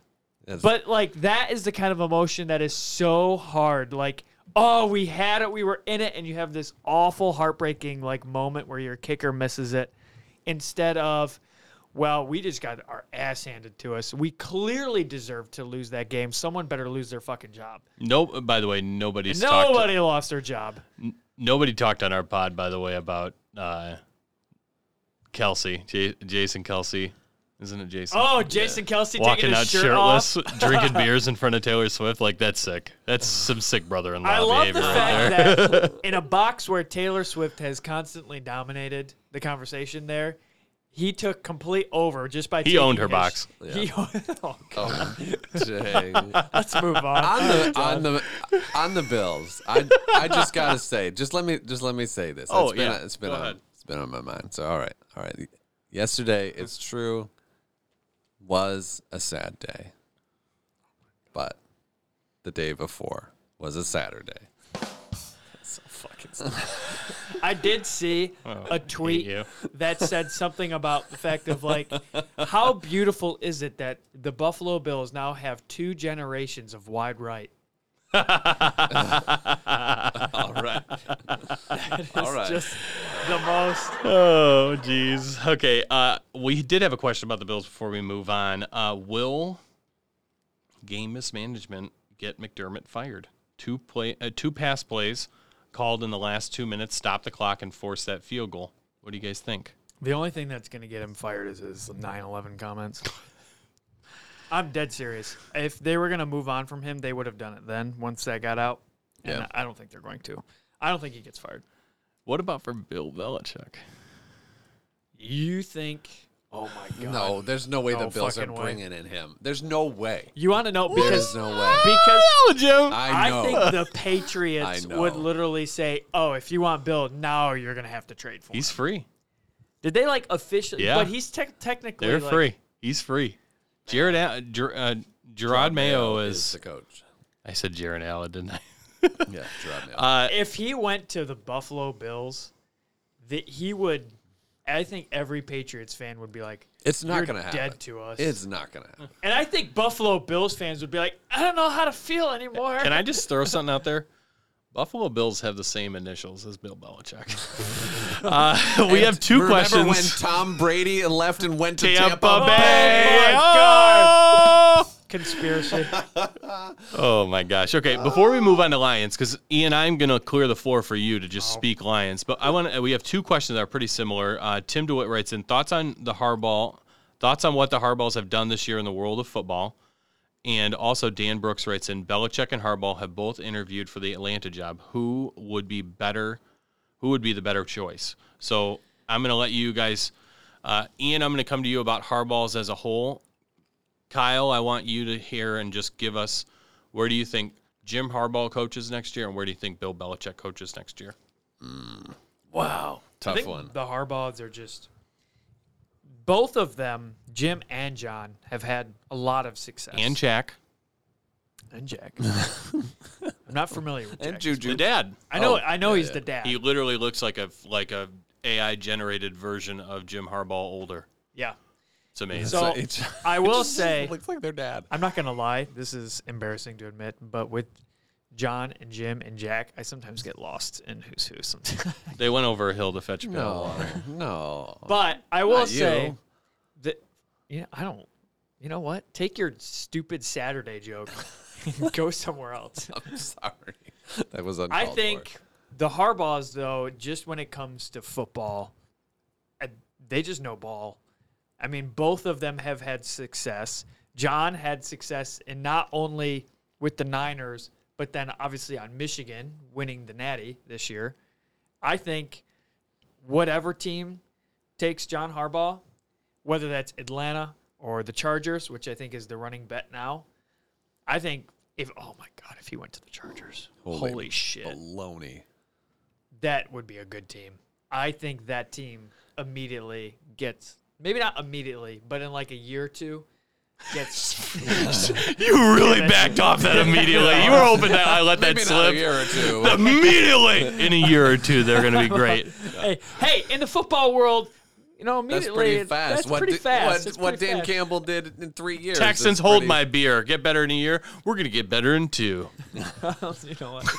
Speaker 2: That's-
Speaker 3: but like that is the kind of emotion that is so hard. Like, oh, we had it, we were in it, and you have this awful, heartbreaking like moment where your kicker misses it, instead of. Well, we just got our ass handed to us. We clearly deserve to lose that game. Someone better lose their fucking job.
Speaker 4: No, by the way, nobody's talked.
Speaker 3: Nobody lost their job.
Speaker 4: Nobody talked on our pod, by the way, about uh, Kelsey, J- Jason Kelsey, isn't it Jason?
Speaker 3: Oh, Jason Kelsey
Speaker 4: Walking
Speaker 3: taking
Speaker 4: out
Speaker 3: his shirt
Speaker 4: shirtless,
Speaker 3: off.
Speaker 4: drinking beers in front of Taylor Swift, like that's sick. That's some sick brother-in-law
Speaker 3: I love
Speaker 4: behavior
Speaker 3: the
Speaker 4: right
Speaker 3: fact
Speaker 4: there.
Speaker 3: that in a box where Taylor Swift has constantly dominated the conversation there, he took complete over just by
Speaker 4: He
Speaker 3: taking
Speaker 4: owned her
Speaker 3: his-
Speaker 4: box.
Speaker 3: He, oh, God,
Speaker 2: oh, dang.
Speaker 3: let's move on.
Speaker 2: on the on the on the Bills. I I just gotta say, just let me just let me say this.
Speaker 4: Oh,
Speaker 2: it's been
Speaker 4: yeah.
Speaker 2: it's been
Speaker 4: Go
Speaker 2: on,
Speaker 4: ahead.
Speaker 2: it's been on my mind. So all right, all right. Yesterday, it's true, was a sad day, but the day before was a Saturday.
Speaker 3: I did see a
Speaker 4: Oh, you.
Speaker 3: tweet that said something about the fact of like, how beautiful is it that the Buffalo Bills now have two generations of wide right?
Speaker 2: All right, all right.
Speaker 3: Just the most.
Speaker 4: Oh, jeez. Okay. Uh, we did have a question about the Bills before we move on. Uh, will game mismanagement get McDermott fired? Two play, uh, two pass plays called in the last two minutes. Stop the clock and force that field goal. What do you guys think?
Speaker 3: The only thing that's going to get him fired is his 9/11 comments. I'm dead serious. If they were going to move on from him, they would have done it then once that got out. And
Speaker 2: Yeah.
Speaker 3: I don't think they're going to. I don't think he gets fired.
Speaker 4: What about for Bill Belichick?
Speaker 3: You think? Oh my god!
Speaker 2: no, there's no way the
Speaker 3: No
Speaker 2: Bills are
Speaker 3: fucking way.
Speaker 2: bringing in him. There's no way.
Speaker 3: You want to know because
Speaker 2: There's no way.
Speaker 3: because
Speaker 4: Jim.
Speaker 2: I
Speaker 3: I,
Speaker 2: know.
Speaker 3: think the
Speaker 2: I
Speaker 3: Patriots
Speaker 2: know.
Speaker 3: would literally say, "Oh, if you want Bill, now you're going to have to trade for." him."
Speaker 4: He's free.
Speaker 3: Did they like officially?
Speaker 4: Yeah.
Speaker 3: But he's tec- technically
Speaker 4: They're
Speaker 3: like-
Speaker 4: free. He's free. Jared, Al- Ger- uh, Gerard Mayo is.
Speaker 2: the coach.
Speaker 4: I said Jared Allen, didn't I?
Speaker 2: Yeah, Gerard Mayo.
Speaker 4: Uh,
Speaker 3: if he went to the Buffalo Bills, that he would. I think every Patriots fan would be like,
Speaker 2: it's not
Speaker 3: "You're
Speaker 2: gonna happen.
Speaker 3: dead to us."
Speaker 2: It's not gonna happen.
Speaker 3: and I think Buffalo Bills fans would be like, "I don't know how to feel anymore."
Speaker 4: Can I just throw something out there? Buffalo Bills have the same initials as Bill Belichick. uh, we have two
Speaker 2: Remember
Speaker 4: questions.
Speaker 2: when Tom Brady left and went to Tampa,
Speaker 4: Tampa
Speaker 3: Oh
Speaker 4: Bay.
Speaker 3: my
Speaker 4: Oh!
Speaker 3: Conspiracy.
Speaker 4: Oh my gosh. Okay, before we move on to Lions, because Ian, I'm going to clear the floor for you to just speak Lions. But I want to. We have two questions that are pretty similar. Uh, Tim DeWitt writes in thoughts on the Harbaugh, thoughts on what the Harbaughs have done this year in the world of football, and also Dan Brooks writes in Belichick and Harbaugh have both interviewed for the Atlanta job. Who would be better? Who would be the better choice? So I'm going to let you guys. Uh, Ian, I'm going to come to you about Harbaughs as a whole. Kyle, I want you to hear and just give us where do you think Jim Harbaugh coaches next year, and where do you think Bill Belichick coaches next year?
Speaker 2: Wow,
Speaker 3: I
Speaker 2: tough
Speaker 3: think
Speaker 2: one.
Speaker 3: The Harbaughs are just. Both of them, Jim and John, have had a lot of success.
Speaker 4: And Jack,
Speaker 3: and Jack. I'm not familiar with Jack.
Speaker 2: And Juju.
Speaker 4: the dad.
Speaker 3: I know.
Speaker 2: Oh,
Speaker 3: I know
Speaker 2: yeah,
Speaker 3: he's
Speaker 2: yeah.
Speaker 3: the dad.
Speaker 4: He literally looks like a like a AI generated version of Jim Harbaugh older.
Speaker 3: yeah.
Speaker 4: It's amazing.
Speaker 3: So
Speaker 2: It's-
Speaker 3: I will say,
Speaker 2: looks like their dad.
Speaker 3: I'm not gonna lie, this is embarrassing to admit, but with John and Jim and Jack, I sometimes get lost in who's who sometimes.
Speaker 4: they went over a hill to fetch Bill.
Speaker 2: No, no.
Speaker 3: but I will
Speaker 2: Not
Speaker 3: say
Speaker 2: you.
Speaker 3: that you know, I don't you know what? Take your stupid Saturday joke and go somewhere else.
Speaker 2: I'm sorry. That was uncalled
Speaker 3: I
Speaker 2: for.
Speaker 3: think the Harbaughs though, just when it comes to football, uh, They just know ball. I mean, both of them have had success. John had success in not only with the Niners, but then obviously on Michigan winning the Natty this year. I think whatever team takes John Harbaugh, whether that's Atlanta or the Chargers, which I think is the running bet now, I think if oh my god, if he went to the Chargers, holy,
Speaker 2: Holy
Speaker 3: shit,
Speaker 2: Baloney.
Speaker 3: that would be a good team. I think that team immediately gets maybe not immediately, but in like a year or two gets
Speaker 4: You really backed off that immediately. You were hoping that I let that
Speaker 2: Maybe not a
Speaker 4: slip.
Speaker 2: year or two.
Speaker 4: Immediately, in a year or two, they're going to be great.
Speaker 3: hey, hey, in the football world, you know,
Speaker 2: That's
Speaker 3: immediately
Speaker 2: pretty
Speaker 3: it's-
Speaker 2: fast.
Speaker 3: That's
Speaker 2: what
Speaker 3: pretty
Speaker 2: di-
Speaker 3: fast.
Speaker 2: What,
Speaker 3: It's
Speaker 2: what
Speaker 3: pretty
Speaker 2: Dan
Speaker 3: fast.
Speaker 2: Campbell did in three years.
Speaker 4: Texans
Speaker 2: is
Speaker 4: hold
Speaker 2: pretty-
Speaker 4: my beer. Get better in a year. We're going to get better in two.
Speaker 3: you know what?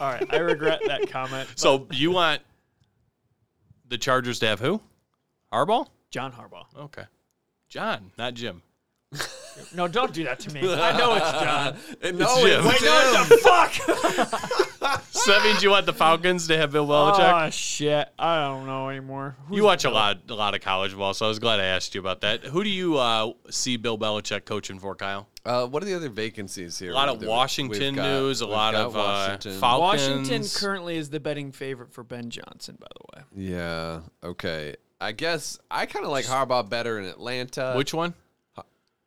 Speaker 3: All right, I regret that comment.
Speaker 4: So you want the Chargers to have who? Harbaugh?
Speaker 3: John Harbaugh.
Speaker 4: Okay. John, not Jim.
Speaker 3: No, don't do that to me. I know it's John.
Speaker 2: And No,
Speaker 4: Jim.
Speaker 2: it's
Speaker 4: Wait,
Speaker 2: Jim.
Speaker 3: the fuck?
Speaker 4: So that means you want the Falcons to have Bill Belichick.
Speaker 3: Oh shit! I don't know anymore. Who's
Speaker 4: you watch a lot, a lot of college ball, so I was glad I asked you about that. Who do you uh, see Bill Belichick coaching for, Kyle?
Speaker 2: Uh, what are the other vacancies here?
Speaker 4: A lot of
Speaker 2: We've
Speaker 4: Washington
Speaker 2: got-
Speaker 4: news, a
Speaker 2: we've
Speaker 4: lot
Speaker 2: got
Speaker 4: of uh,
Speaker 2: Washington.
Speaker 4: Falcons.
Speaker 5: Washington currently is the betting favorite for Ben Johnson, by the way.
Speaker 2: yeah. Okay. I guess I kind of like Harbaugh better in Atlanta.
Speaker 4: Which one?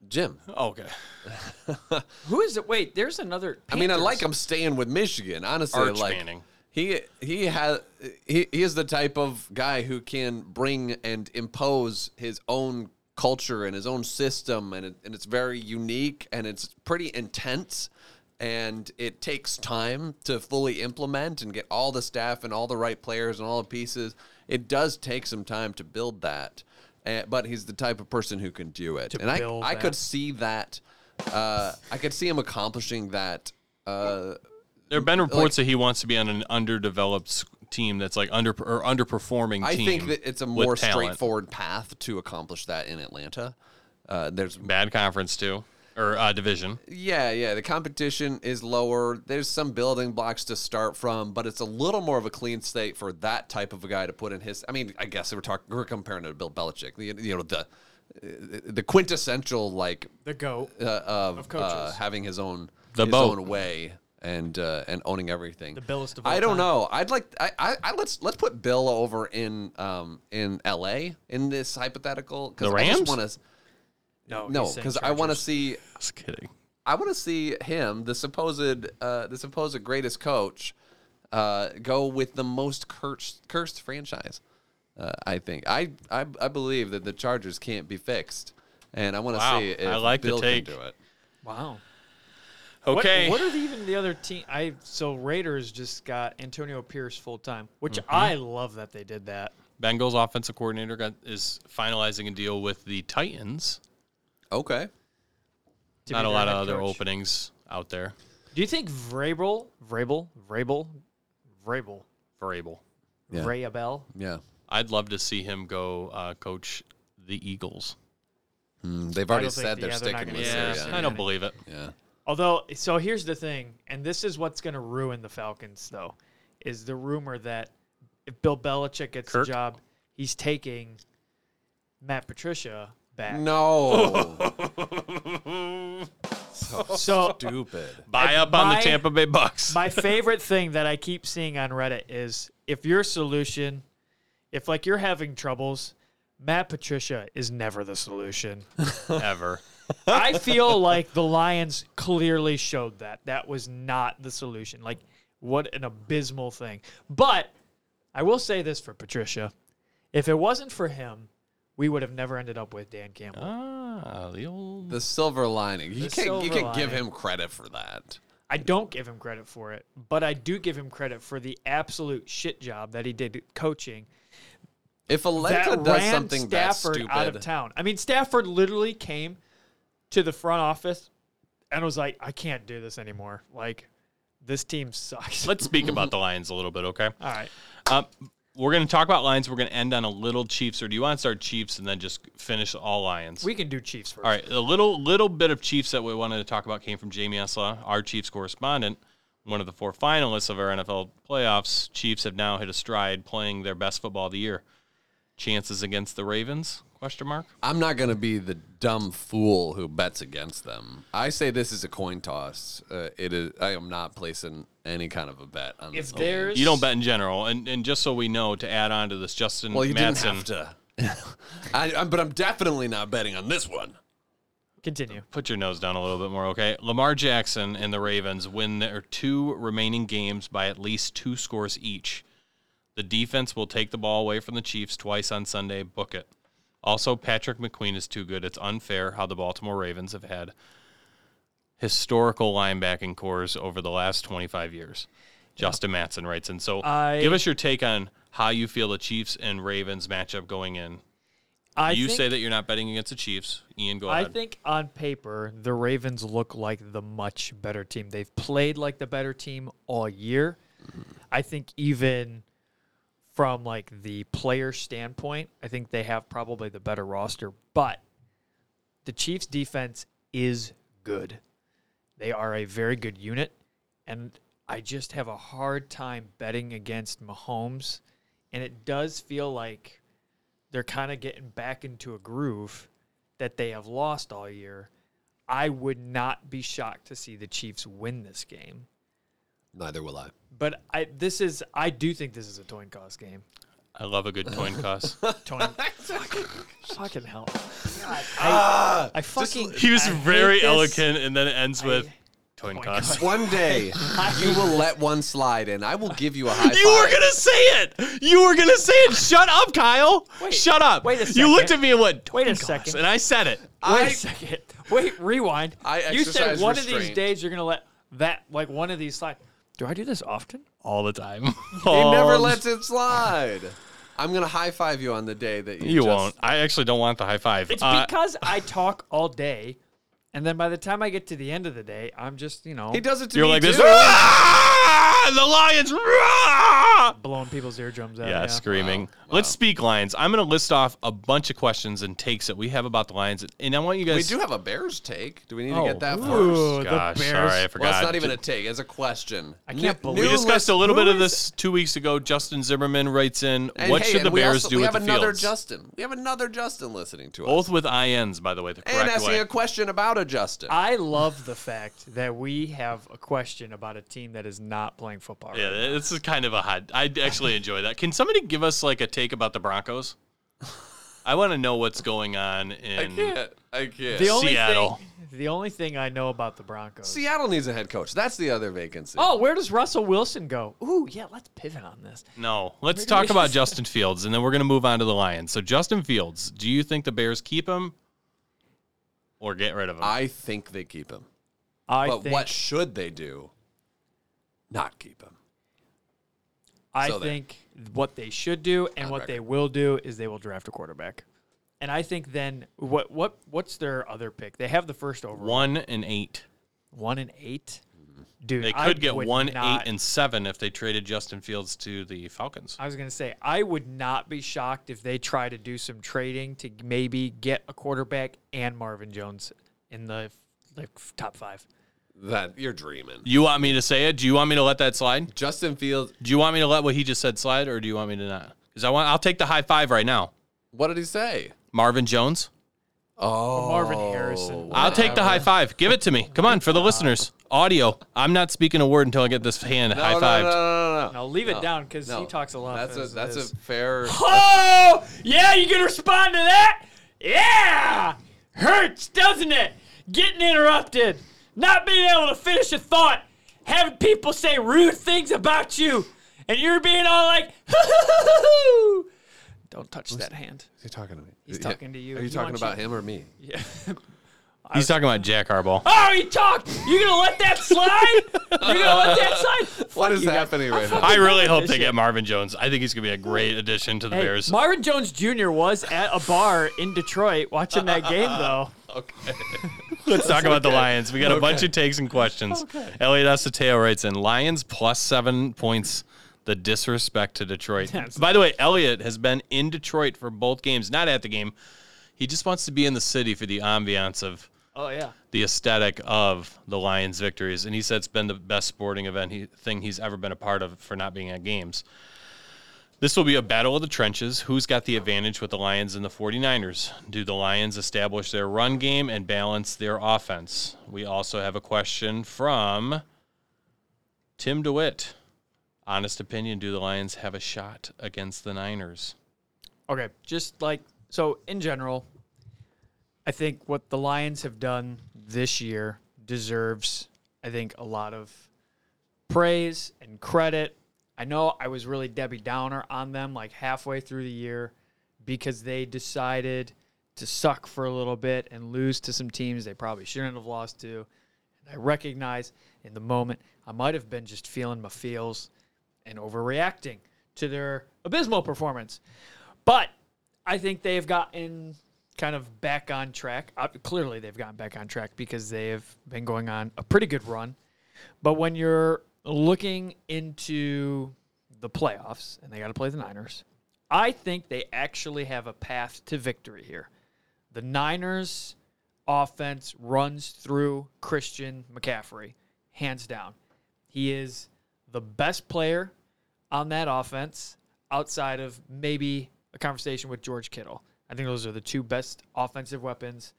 Speaker 2: Jim?
Speaker 4: Okay.
Speaker 5: Who is it? Wait, there's another.
Speaker 2: I mean, I
Speaker 5: Panthers.
Speaker 2: like him staying with Michigan. Honestly,
Speaker 4: Arch
Speaker 2: like
Speaker 4: Manning.
Speaker 2: he he has he, he is the type of guy who can bring and impose his own culture and his own system, and it, and it's very unique and it's pretty intense, and it takes time to fully implement and get all the staff and all the right players and all the pieces. It does take some time to build that. Uh, but he's the type of person who can do it, and I,
Speaker 3: build
Speaker 2: I
Speaker 3: that.
Speaker 2: could see that. Uh, I could see him accomplishing that. Uh,
Speaker 4: There have been reports that he wants to be on an underdeveloped s- team that's like under or underperforming.
Speaker 2: I
Speaker 4: team
Speaker 2: think that it's a
Speaker 4: with
Speaker 2: more
Speaker 4: talent.
Speaker 2: straightforward path to accomplish that in Atlanta. Uh, there's
Speaker 4: Bad conference too, or uh, division.
Speaker 2: yeah, yeah. The competition is lower. There's some building blocks to start from, but it's a little more of a clean slate for that type of a guy to put in his. I mean, I guess we're talking we're comparing it to Bill Belichick. You, you know the uh, the quintessential like
Speaker 3: the goat?
Speaker 2: uh, of,
Speaker 3: coaches.
Speaker 2: uh, having his own
Speaker 4: The
Speaker 2: his
Speaker 4: boat.
Speaker 2: own way and uh, and owning everything. The
Speaker 3: billest of all
Speaker 2: I don't
Speaker 3: time.
Speaker 2: know. I'd like I, I, I let's let's put Bill over in um in L.A. in this hypothetical because
Speaker 4: The
Speaker 2: I just
Speaker 4: Rams?
Speaker 2: want to
Speaker 3: No,
Speaker 2: no
Speaker 3: he's saying
Speaker 2: because I want to
Speaker 3: Chargers.
Speaker 2: see
Speaker 4: Just kidding.
Speaker 2: I want to see him the supposed uh, the supposed greatest coach uh, go with the most cursed cursed franchise. Uh, I think I, I I believe that the Chargers can't be fixed, and I want to
Speaker 4: Wow.
Speaker 2: see if
Speaker 4: I like the
Speaker 2: Bill
Speaker 4: take.
Speaker 2: can do it.
Speaker 3: Wow. What-
Speaker 4: Okay.
Speaker 3: What, are the, even the other team? I so Raiders just got Antonio Pierce full time, which
Speaker 4: Mm-hmm.
Speaker 3: I love that they did that.
Speaker 4: Bengals offensive coordinator got, is finalizing a deal with the Titans.
Speaker 2: Okay.
Speaker 3: to be
Speaker 4: Not a
Speaker 3: their
Speaker 4: lot of
Speaker 3: head
Speaker 4: other
Speaker 3: coach.
Speaker 4: openings out there
Speaker 3: Do you think Vrabel, Vrabel, Vrabel, Vrabel,
Speaker 4: for Abel.
Speaker 2: Yeah.
Speaker 3: Vrabel?
Speaker 2: Yeah.
Speaker 4: I'd love to see him go uh, coach the Eagles.
Speaker 2: They've already
Speaker 3: don't think
Speaker 2: said
Speaker 3: the-
Speaker 2: they're
Speaker 3: yeah, they're
Speaker 2: sticking
Speaker 3: not gonna
Speaker 2: with
Speaker 3: do
Speaker 2: yeah.
Speaker 3: that.
Speaker 4: I don't believe it.
Speaker 2: Yeah.
Speaker 3: Although, so here's the thing, and this is what's going to ruin the Falcons, though, is the rumor that if Bill Belichick gets
Speaker 4: Kirk?
Speaker 3: the job, he's taking Matt Patricia back.
Speaker 2: No.
Speaker 3: So
Speaker 2: Stupid.
Speaker 4: Buy
Speaker 3: I-
Speaker 4: up on the
Speaker 3: my-
Speaker 4: Tampa Bay Bucks.
Speaker 3: my favorite thing that I keep seeing on Reddit is if your solution, if like you're having troubles, Matt Patricia is never the solution.
Speaker 4: Ever.
Speaker 3: I feel like the Lions clearly showed that that was not the solution. Like, what an abysmal thing. But I will say this for Patricia: if it wasn't for him, we would have never ended up with Dan Campbell.
Speaker 4: Ah, the old.
Speaker 2: The silver lining. You
Speaker 3: The
Speaker 2: can't you
Speaker 3: silver
Speaker 2: can't give
Speaker 3: lining.
Speaker 2: him credit for that.
Speaker 3: I don't give him credit for it, but I do give him credit for the absolute shit job that he did coaching.
Speaker 2: If Atlanta
Speaker 3: that
Speaker 2: does
Speaker 3: ran
Speaker 2: something that
Speaker 3: Stafford
Speaker 2: stupid,
Speaker 3: out of town. I mean, Stafford literally came to the front office and was like, "I can't do this anymore. Like, this team sucks."
Speaker 4: Let's speak about the Lions a little bit, okay?
Speaker 3: All right.
Speaker 4: Um, we're going to talk about Lions. We're going to end on a little Chiefs, or do you want to start Chiefs and then just finish all Lions?
Speaker 3: We can do Chiefs first.
Speaker 4: All right, a little little bit of Chiefs that we wanted to talk about came from Jamie Esla, our Chiefs correspondent, one of the four finalists of our NFL playoffs. Chiefs have now hit a stride, playing their best football of the year. chances against the Ravens? Question mark.
Speaker 2: I'm not going to be the dumb fool who bets against them. I say this is a coin toss. Uh, it is. I am not placing any kind of a bet on
Speaker 6: If
Speaker 2: this. game.
Speaker 6: there's
Speaker 4: You don't bet in general, and and just so we know, to add on to this, Justin
Speaker 2: well, you
Speaker 4: Madsen
Speaker 2: didn't have to. I, I, but I'm definitely not betting on this one.
Speaker 3: Continue.
Speaker 4: put your nose down a little bit more, okay? Lamar Jackson and the Ravens win their two remaining games by at least two scores each. The defense will take the ball away from the Chiefs twice on Sunday. Book it. Also, Patrick McQueen is too good. It's unfair how the Baltimore Ravens have had historical linebacking cores over the last 25 years. Justin Matson writes in. So,
Speaker 3: I-
Speaker 4: give us your take on how you feel the Chiefs and Ravens matchup going in.
Speaker 3: I
Speaker 4: you
Speaker 3: think,
Speaker 4: say that you're not betting against the Chiefs. Ian, go
Speaker 3: I
Speaker 4: ahead.
Speaker 3: think on paper the Ravens look like the much better team. They've played like the better team all year. I think even from like the player standpoint, I think they have probably the better roster, but the Chiefs defense is good. They are a very good unit and I just have a hard time betting against Mahomes and it does feel like they're kind of getting back into a groove that they have lost all year. I would not be shocked to see the Chiefs win this game.
Speaker 2: Neither will I.
Speaker 3: But I this is I do think this is a coin toss game.
Speaker 4: I love a good coin toss.
Speaker 3: Tony, fucking hell. God, I, I fucking
Speaker 4: He was
Speaker 3: I hate
Speaker 4: very
Speaker 3: this. Oh
Speaker 4: eloquent, and then it ends with coin toss.
Speaker 2: One day you will let one slide, and I will give you a high
Speaker 4: You were
Speaker 2: five.
Speaker 4: gonna say it. You were gonna say it. Shut up, Kyle.
Speaker 3: Wait,
Speaker 4: Shut up.
Speaker 3: wait a
Speaker 4: You looked
Speaker 3: second.
Speaker 4: at me and went.
Speaker 3: Wait a
Speaker 4: "Coin toss,"
Speaker 3: second.
Speaker 4: and I said it.
Speaker 3: Wait
Speaker 2: I-
Speaker 3: a second. Wait, rewind.
Speaker 2: I
Speaker 3: you said
Speaker 2: exercise
Speaker 3: one of these
Speaker 2: restraint.
Speaker 3: days you're gonna let that like one of these slide. Do I do this often?
Speaker 4: all the time.
Speaker 2: He
Speaker 4: All
Speaker 2: never
Speaker 4: the-
Speaker 2: lets it slide. I'm gonna high five you on the day that you,
Speaker 4: You
Speaker 2: just-
Speaker 4: won't. I actually don't want the high five.
Speaker 3: It's
Speaker 4: Uh,
Speaker 3: because I talk all day, and then by the time I get to the end of the day, I'm just you know
Speaker 2: He does it to
Speaker 4: you're
Speaker 2: me
Speaker 4: like
Speaker 2: too.
Speaker 4: this. "Ah, the lions. rah!"
Speaker 3: blowing people's eardrums out.
Speaker 4: Yeah, screaming. Let's speak Lions. I'm going to list off a bunch of questions and takes that we have about the Lions, and I want you guys.
Speaker 2: We do have a Bears take. Do we need to
Speaker 4: Oh,
Speaker 2: get that
Speaker 3: ooh,
Speaker 2: first?
Speaker 3: the
Speaker 4: Gosh,
Speaker 3: Bears.
Speaker 4: sorry, I
Speaker 2: Well,
Speaker 4: forgot.
Speaker 2: it's not even a take. It's a question. I
Speaker 3: can't believe-
Speaker 4: We
Speaker 3: Who
Speaker 4: discussed a little bit of this two weeks ago. Justin Zimmerman writes in, "What should the Bears do
Speaker 2: We
Speaker 4: with
Speaker 2: have
Speaker 4: the
Speaker 2: another
Speaker 4: fields?"
Speaker 2: Justin. We have another Justin listening to us.
Speaker 4: Both with ins, by the way, the
Speaker 2: and
Speaker 4: correct
Speaker 2: asking
Speaker 4: way.
Speaker 2: a question about a Justin.
Speaker 3: I love the fact that we have a question about a team that is not playing football. right
Speaker 4: yeah, this is kind of a hot. I actually enjoy that. Can somebody give us like a take about the Broncos? I want to know what's going on
Speaker 2: I
Speaker 4: in.
Speaker 2: can't. I can't.
Speaker 3: The only
Speaker 4: Seattle.
Speaker 3: Thing, the only thing I know about the Broncos.
Speaker 2: Seattle needs a head coach. That's the other vacancy.
Speaker 3: oh, where does Russell Wilson go? Ooh, yeah, let's pivot on this.
Speaker 4: No, let's talk about Justin Fields, and then we're going to move on to the Lions. So, Justin Fields, do you think the Bears keep him or get rid of him?
Speaker 2: I think they keep him.
Speaker 3: I
Speaker 2: But
Speaker 3: think
Speaker 2: what should they do? Not keep him.
Speaker 3: I
Speaker 2: So there.
Speaker 3: think what they should do and what they will do is they will draft a quarterback. And I think then what what what's their other pick? They have the first overall
Speaker 4: one and eight.
Speaker 3: one and eight.
Speaker 2: Mm-hmm.
Speaker 3: Dude,
Speaker 4: They
Speaker 3: I
Speaker 4: could get
Speaker 3: would
Speaker 4: one,
Speaker 3: not-
Speaker 4: eight, and seven if they traded Justin Fields to the Falcons.
Speaker 3: I was gonna say I would not be shocked if they try to do some trading to maybe get a quarterback and Marvin Jones in the like top five.
Speaker 2: That you're dreaming.
Speaker 4: You want me to say it? Do you want me to let that slide?
Speaker 2: Justin Fields.
Speaker 4: Do you want me to let what he just said slide, or do you want me to not? Because I want. I'll take the high five right now.
Speaker 2: What did he say?
Speaker 4: Marvin Jones.
Speaker 2: Oh,
Speaker 3: Marvin Harrison.
Speaker 4: I'll take the high
Speaker 2: whatever.
Speaker 4: five. Give it to me. Come on, for the listeners. Audio. I'm not speaking a word until I get this hand
Speaker 2: No,
Speaker 4: high
Speaker 2: no,
Speaker 4: fived.
Speaker 2: No, no, no, no.
Speaker 3: Now leave it down because
Speaker 2: No.
Speaker 3: he talks a lot.
Speaker 2: That's
Speaker 3: as
Speaker 2: a that's
Speaker 3: is.
Speaker 2: a fair.
Speaker 3: Oh, yeah, you can respond to that? Yeah! Hurts, doesn't it? Getting interrupted, not being able to finish a thought, having people say rude things about you, and you're being all like, Don't touch that hand.
Speaker 2: He's talking to me.
Speaker 3: He's talking to you.
Speaker 2: Are you
Speaker 3: He
Speaker 2: talking
Speaker 3: wants
Speaker 2: about
Speaker 3: you-
Speaker 2: him or me?
Speaker 4: He's talking about Jack Harbaugh.
Speaker 3: Oh, he talked! You're gonna let that slide? You're gonna let that slide?
Speaker 2: What is
Speaker 3: you guys.
Speaker 2: happening right now?
Speaker 4: I really hope
Speaker 3: this
Speaker 4: they
Speaker 3: shit.
Speaker 4: get Marvin Jones. I think he's gonna be a great addition to the
Speaker 3: Hey,
Speaker 4: Bears.
Speaker 3: Marvin Jones Jr. was at a bar in Detroit watching that game, though.
Speaker 4: Let's talk about the Lions. We got a bunch of takes and questions. Elliot Aceteo writes in Lions plus seven points. The disrespect to Detroit. By the way, Elliot has been in Detroit for both games, not at the game. He just wants to be in the city for the ambiance of
Speaker 3: Oh, yeah.
Speaker 4: the aesthetic of the Lions victories. And he said it's been the best sporting event he, thing he's ever been a part of for not being at games. This will be a battle of the trenches. Who's got the advantage with the Lions and the 49ers? Do the Lions establish their run game and balance their offense? We also have a question from Tim DeWitt. Honest opinion, do the Lions have a shot against the Niners?
Speaker 3: Okay, just like so in general, I think what the Lions have done this year deserves, I think, a lot of praise and credit. I know I was really Debbie Downer on them like halfway through the year because they decided to suck for a little bit and lose to some teams they probably shouldn't have lost to. And I recognize in the moment I might have been just feeling my feels and overreacting to their abysmal performance. But I think they've gotten kind of back on track. Uh, clearly, they've gotten back on track because they have been going on a pretty good run. But when you're looking into the playoffs and they got to play the Niners, I think they actually have a path to victory here. The Niners' offense runs through Christian McCaffrey, hands down. He is the best player on that offense outside of maybe a conversation with George Kittle. I think those are the two best offensive weapons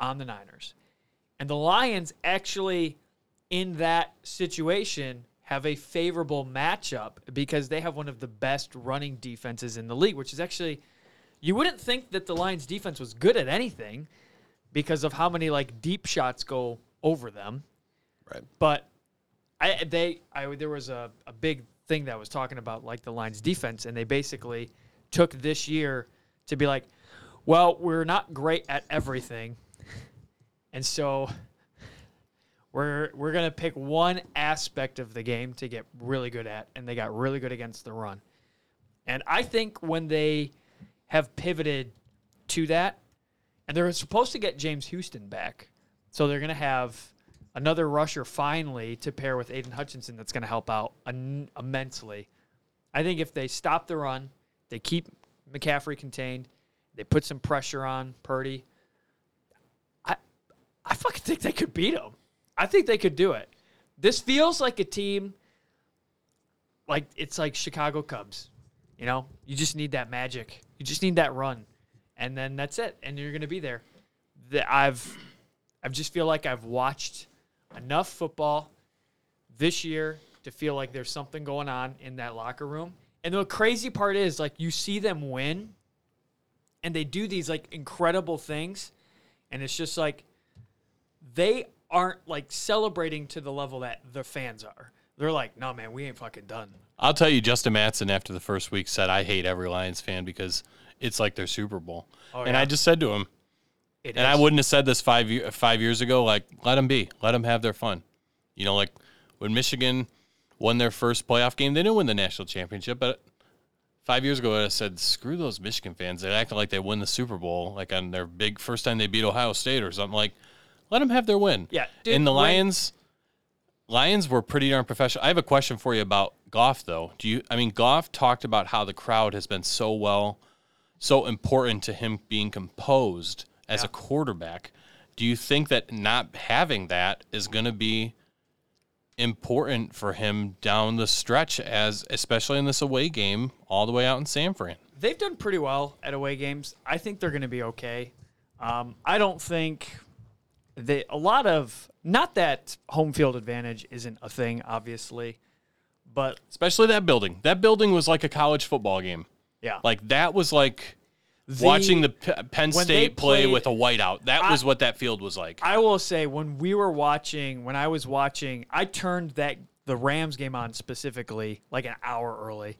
Speaker 3: on the Niners. And the Lions actually, in that situation, have a favorable matchup because they have one of the best running defenses in the league, which is actually, you wouldn't think that the Lions defense was good at anything because of how many like deep shots go over them.
Speaker 2: Right.
Speaker 3: But I they I there was a, a big thing that was talking about like the Lions defense, and they basically took this year to be like, well, we're not great at everything, and so we're we're gonna pick one aspect of the game to get really good at, and they got really good against the run. And I think when they have pivoted to that, and they're supposed to get James Houston back. So they're going to have another rusher finally to pair with Aiden Hutchinson that's going to help out en- immensely. I think if they stop the run, they keep McCaffrey contained, they put some pressure on Purdy. I I fucking think they could beat them. I think they could do it. This feels like a team like it's like Chicago Cubs. You know, you just need that magic. You just need that run, and then that's it. And you're gonna be there. The, I've, I just feel like I've watched enough football this year to feel like there's something going on in that locker room. And the crazy part is, like, you see them win, and they do these like incredible things, and it's just like they aren't like celebrating to the level that the fans are. They're like, no, man, we ain't fucking done.
Speaker 4: I'll tell you, Justin Matson after the first week said, I hate every Lions fan because it's like their Super Bowl. and
Speaker 3: yeah.
Speaker 4: I just said to him,
Speaker 3: It
Speaker 4: and I
Speaker 3: is.
Speaker 4: wouldn't have said this five year, five years ago. Like, let them be, let them have their fun. You know, like when Michigan won their first playoff game, they didn't win the national championship. But five years ago, I would've said, screw those Michigan fans. They acted like they won the Super Bowl, like on their big first time they beat Ohio State or something. Like, let them have their win.
Speaker 3: Yeah, dude,
Speaker 4: and the
Speaker 3: when-
Speaker 4: Lions, Lions were pretty darn professional. I have a question for you about Goff, though. Do you? I mean, Goff talked about how the crowd has been so well so important to him being composed as a quarterback. Do you think that not having that is going to be important for him down the stretch as especially in this away game all the way out in San Fran?
Speaker 3: they've done pretty well at away games. I think they're going to be okay. Um, I don't think they a lot of not that home field advantage isn't a thing, obviously, but
Speaker 4: Especially that building. That building was like a college football game.
Speaker 3: yeah,
Speaker 4: Like that was like watching the P- Penn
Speaker 3: when
Speaker 4: State
Speaker 3: they
Speaker 4: play
Speaker 3: played-
Speaker 4: with a whiteout. That
Speaker 3: I-
Speaker 4: was what that field was like.
Speaker 3: I will say when we were watching, when I was watching, I turned that the Rams game on specifically like an hour early.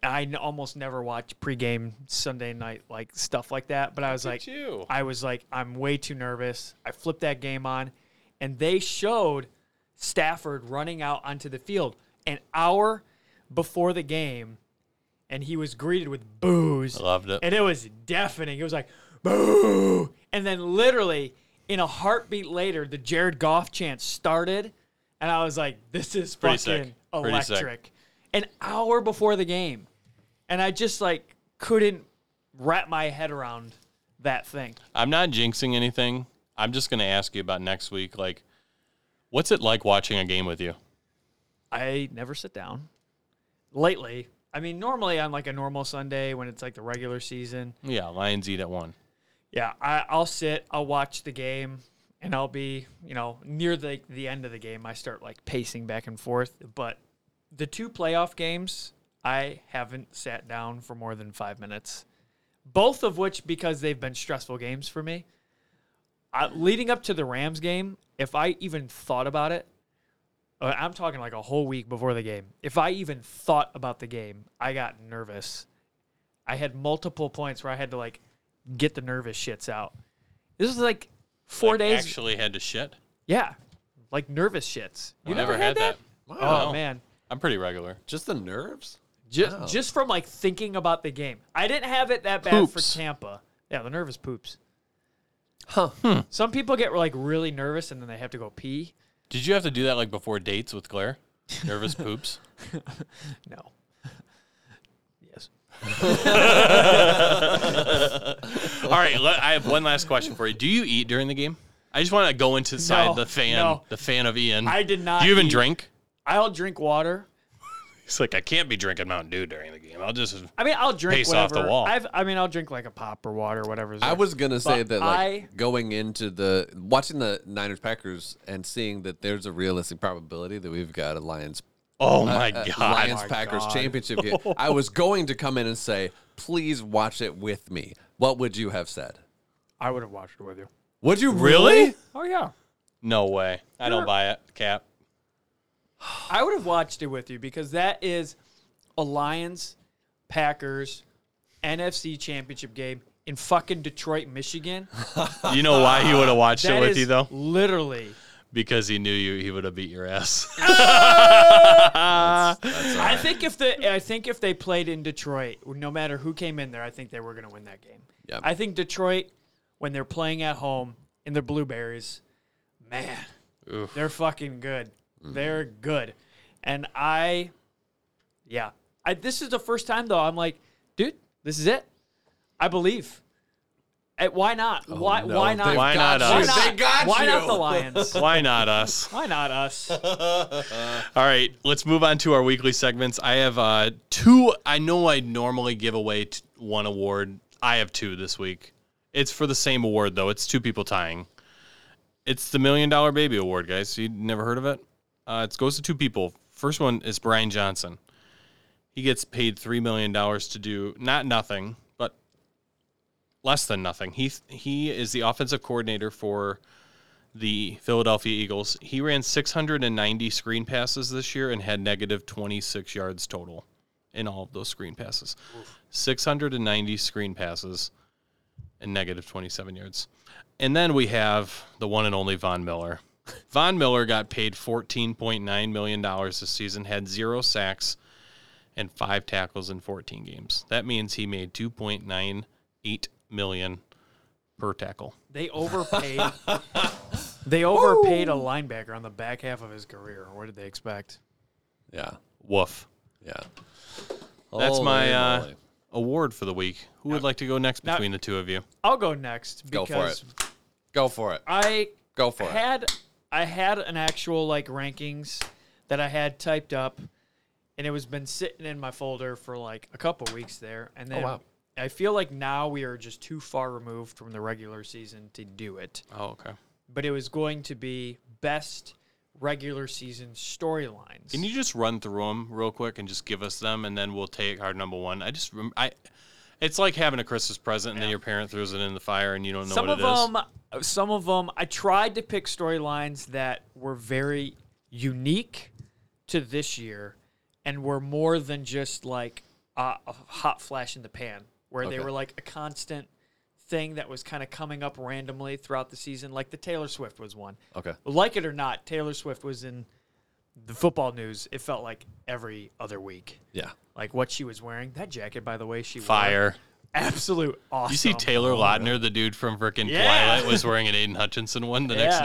Speaker 3: I n- almost never watch pregame Sunday night like stuff like that, but I was like,
Speaker 4: you.
Speaker 3: I was like, I'm way too nervous. I flipped that game on, and they showed Stafford running out onto the field an hour before the game, and he was greeted with boos.
Speaker 4: I loved it.
Speaker 3: And it was deafening. It was like, boo. And then literally in a heartbeat later, the Jared Goff chant started. And I was like, this is
Speaker 4: Pretty sick.
Speaker 3: fucking
Speaker 4: Pretty sick.
Speaker 3: electric. An hour before the game. And I just like couldn't wrap my head around that thing.
Speaker 4: I'm not jinxing anything. I'm just going to ask you about next week. Like, what's it like watching a game with you?
Speaker 3: I never sit down. Lately, I mean, normally on like a normal Sunday when it's like the regular season,
Speaker 4: Yeah, Lions eat at one.
Speaker 3: yeah, I, I'll sit, I'll watch the game, and I'll be, you know, near the the end of the game. I start like pacing back and forth. But the two playoff games, I haven't sat down for more than five minutes. Both of which, because they've been stressful games for me. I, leading up to the Rams game, if I even thought about it, uh, I'm talking like a whole week before the game. If I even thought about the game, I got nervous. I had multiple points where I had to like get the nervous shits out. This was like four
Speaker 4: Like,
Speaker 3: days.
Speaker 4: Actually, had to shit.
Speaker 3: yeah, like nervous shits. You
Speaker 4: I
Speaker 3: never, had, that?
Speaker 4: Wow.
Speaker 3: Oh man,
Speaker 4: I'm pretty regular.
Speaker 2: Just the nerves?
Speaker 3: just just from like thinking about the game. I didn't have it that bad
Speaker 4: Poops.
Speaker 3: for Tampa. Yeah, the nervous poops.
Speaker 4: Hmm.
Speaker 3: Huh. Some people get like really nervous and then they have to go pee.
Speaker 4: Did you have to do that like before dates with Claire? Nervous poops.
Speaker 3: No. yes.
Speaker 4: All right, le- I have one last question for you. Do you eat during the game? I just want to go into side
Speaker 3: No,
Speaker 4: the fan,
Speaker 3: no.
Speaker 4: the fan of Ian.
Speaker 3: I did not
Speaker 4: Do you even
Speaker 3: eat.
Speaker 4: drink?
Speaker 3: I'll drink water.
Speaker 4: He's like, I can't be drinking Mountain Dew during the game. I'll just.
Speaker 3: I mean, I'll drink
Speaker 4: Pace off
Speaker 3: whatever.
Speaker 4: the wall.
Speaker 3: I've, I mean, I'll drink like a pop or water, whatever's.
Speaker 2: I
Speaker 3: there.
Speaker 2: was gonna say
Speaker 3: But
Speaker 2: that like
Speaker 3: I-
Speaker 2: going into the watching the Niners Packers and seeing that there's a realistic probability that we've got a Lions
Speaker 4: Oh my
Speaker 2: uh,
Speaker 4: god!
Speaker 2: Lions Packers championship game. I was going to come in and say, please watch it with me. What would you have said?
Speaker 3: I would have watched it with you.
Speaker 2: Would you
Speaker 4: Really?
Speaker 3: Oh yeah,
Speaker 4: No way. I don't buy it, Cap.
Speaker 3: I would have watched it with you because that is a Lions, Packers, NFC Championship game in fucking Detroit, Michigan.
Speaker 4: You know why he would have watched
Speaker 3: That
Speaker 4: it with
Speaker 3: is
Speaker 4: you though?
Speaker 3: literally.
Speaker 4: Because he knew you, he would have beat your ass.
Speaker 3: I think if the I think if they played in Detroit, no matter who came in there, I think they were going to win that game.
Speaker 2: Yep.
Speaker 3: I think Detroit, when they're playing at home in the Blueberries, man, they're fucking good.
Speaker 2: Mm-hmm.
Speaker 3: They're good, and I, yeah, I, this is the first time though. I'm like, dude, this is it. I believe. Eh, why not? why?
Speaker 2: Oh, no,
Speaker 3: why not?
Speaker 2: they've
Speaker 4: Why
Speaker 2: got
Speaker 4: not
Speaker 2: you.
Speaker 3: Why
Speaker 4: us?
Speaker 3: not?
Speaker 2: They got
Speaker 3: why
Speaker 2: you.
Speaker 3: not the Lions?
Speaker 4: why not us?
Speaker 3: why not us?
Speaker 4: All right, let's move on to our weekly segments. I have uh, two. I know I normally give away t- one award. I have two this week. It's for the same award though. It's two people tying. It's the Million Dollar Baby Award, guys. You never heard of it? Uh, it goes to two people. First one is Brian Johnson. He gets paid three million dollars to do not nothing, but less than nothing. He he is the offensive coordinator for the Philadelphia Eagles. He ran 690 screen passes this year and had negative 26 yards total in all of those screen passes. 690 screen passes and negative 27 yards. And then we have the one and only Von Miller. Von Miller got paid $14.9 million this season, had zero sacks and five tackles in 14 games. That means he made 2.98 million per tackle.
Speaker 3: They overpaid. they overpaid a linebacker on the back half of his career. What did they expect?
Speaker 2: Yeah.
Speaker 4: Woof.
Speaker 2: Yeah.
Speaker 4: That's
Speaker 2: Holy
Speaker 4: my uh,
Speaker 2: moly.
Speaker 4: award for the week. Who would like to go next between the two of you?
Speaker 3: I'll go next
Speaker 2: Go
Speaker 3: because
Speaker 2: for it. Go for it.
Speaker 3: I
Speaker 2: Go for it.
Speaker 3: had I had an actual like rankings that I had typed up, and it was been sitting in my folder for like a couple weeks there, and then.
Speaker 2: wow.
Speaker 3: I feel like now we are just too far removed from the regular season to do it.
Speaker 4: Oh, okay.
Speaker 3: But it was going to be best regular season storylines.
Speaker 4: Can you just run through them real quick and just give us them, and then we'll take our number one? I just, rem- I, it's like having a Christmas present, and then your parent throws it in the fire, and you don't know
Speaker 3: some of
Speaker 4: what it is.
Speaker 3: them some of them i tried to pick storylines that were very unique to this year and were more than just like a, a hot flash in the pan where they
Speaker 2: Okay.
Speaker 3: were like a constant thing that was kind of coming up randomly throughout the season like the taylor swift was one
Speaker 2: Okay.
Speaker 3: like it or not taylor swift was in the football news it felt like every other week
Speaker 2: Yeah.
Speaker 3: like what she was wearing that jacket by the way she wore
Speaker 4: Fire.
Speaker 3: absolute awesome
Speaker 4: You see Taylor Lautner, the dude from freaking
Speaker 3: Yeah.
Speaker 4: Twilight, was wearing an Aiden Hutchinson one the
Speaker 3: Yeah.
Speaker 4: next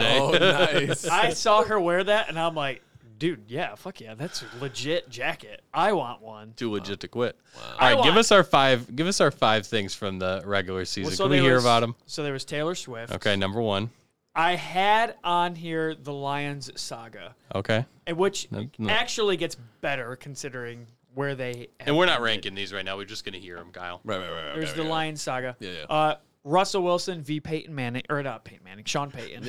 Speaker 2: Oh,
Speaker 4: day.
Speaker 2: nice.
Speaker 3: I saw her wear that, and I'm like, dude, yeah, fuck yeah, that's a legit jacket. I want one.
Speaker 4: Too legit to quit. All
Speaker 3: I
Speaker 4: right, give
Speaker 3: want-
Speaker 4: us our five. Give us our five things from the regular season. Can we
Speaker 3: there
Speaker 4: hear
Speaker 3: was-
Speaker 4: about them?
Speaker 3: So there was Taylor Swift.
Speaker 4: Okay, number one.
Speaker 3: I had on here the Lions saga,
Speaker 4: Okay.
Speaker 3: and which
Speaker 4: no.
Speaker 3: actually gets better considering where they
Speaker 4: And we're not ranking these right now. We're just going to hear them, Kyle.
Speaker 2: Right, right, right. right
Speaker 3: There's
Speaker 2: right,
Speaker 3: the
Speaker 2: right.
Speaker 3: Lions saga.
Speaker 2: Yeah, yeah.
Speaker 3: Uh, Russell Wilson v. Peyton Manning, or not Peyton Manning, Sean Payton.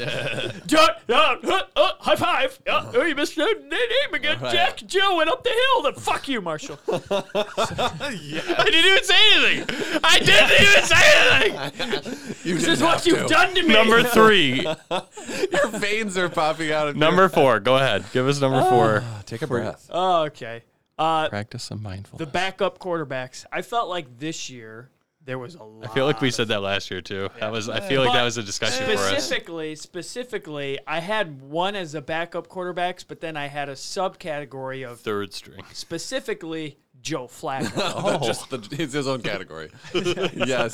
Speaker 7: high five. Uh, oh, you missed that name again.
Speaker 2: Right.
Speaker 7: Jack Joe went up the hill. Then fuck you, Marshall.
Speaker 4: I didn't even say anything. I didn't even say anything.
Speaker 2: You
Speaker 7: This is what you've done to me.
Speaker 4: Number three.
Speaker 2: Your veins are popping out. Of
Speaker 4: Number four. Go ahead. Give us number four.
Speaker 2: Take a breath.
Speaker 3: Oh, okay. Uh,
Speaker 4: Ah. Practice some
Speaker 3: the
Speaker 4: mindfulness.
Speaker 3: backup quarterbacks. I felt like this year there was a lot.
Speaker 4: I feel like we said that last year too. That was. I feel like that was a discussion for us.
Speaker 3: specifically, specifically, I had one as a backup quarterbacks, but then I had a subcategory of
Speaker 4: Third string.
Speaker 3: specifically Joe Flacco.
Speaker 2: Just the, it's his own category. yes.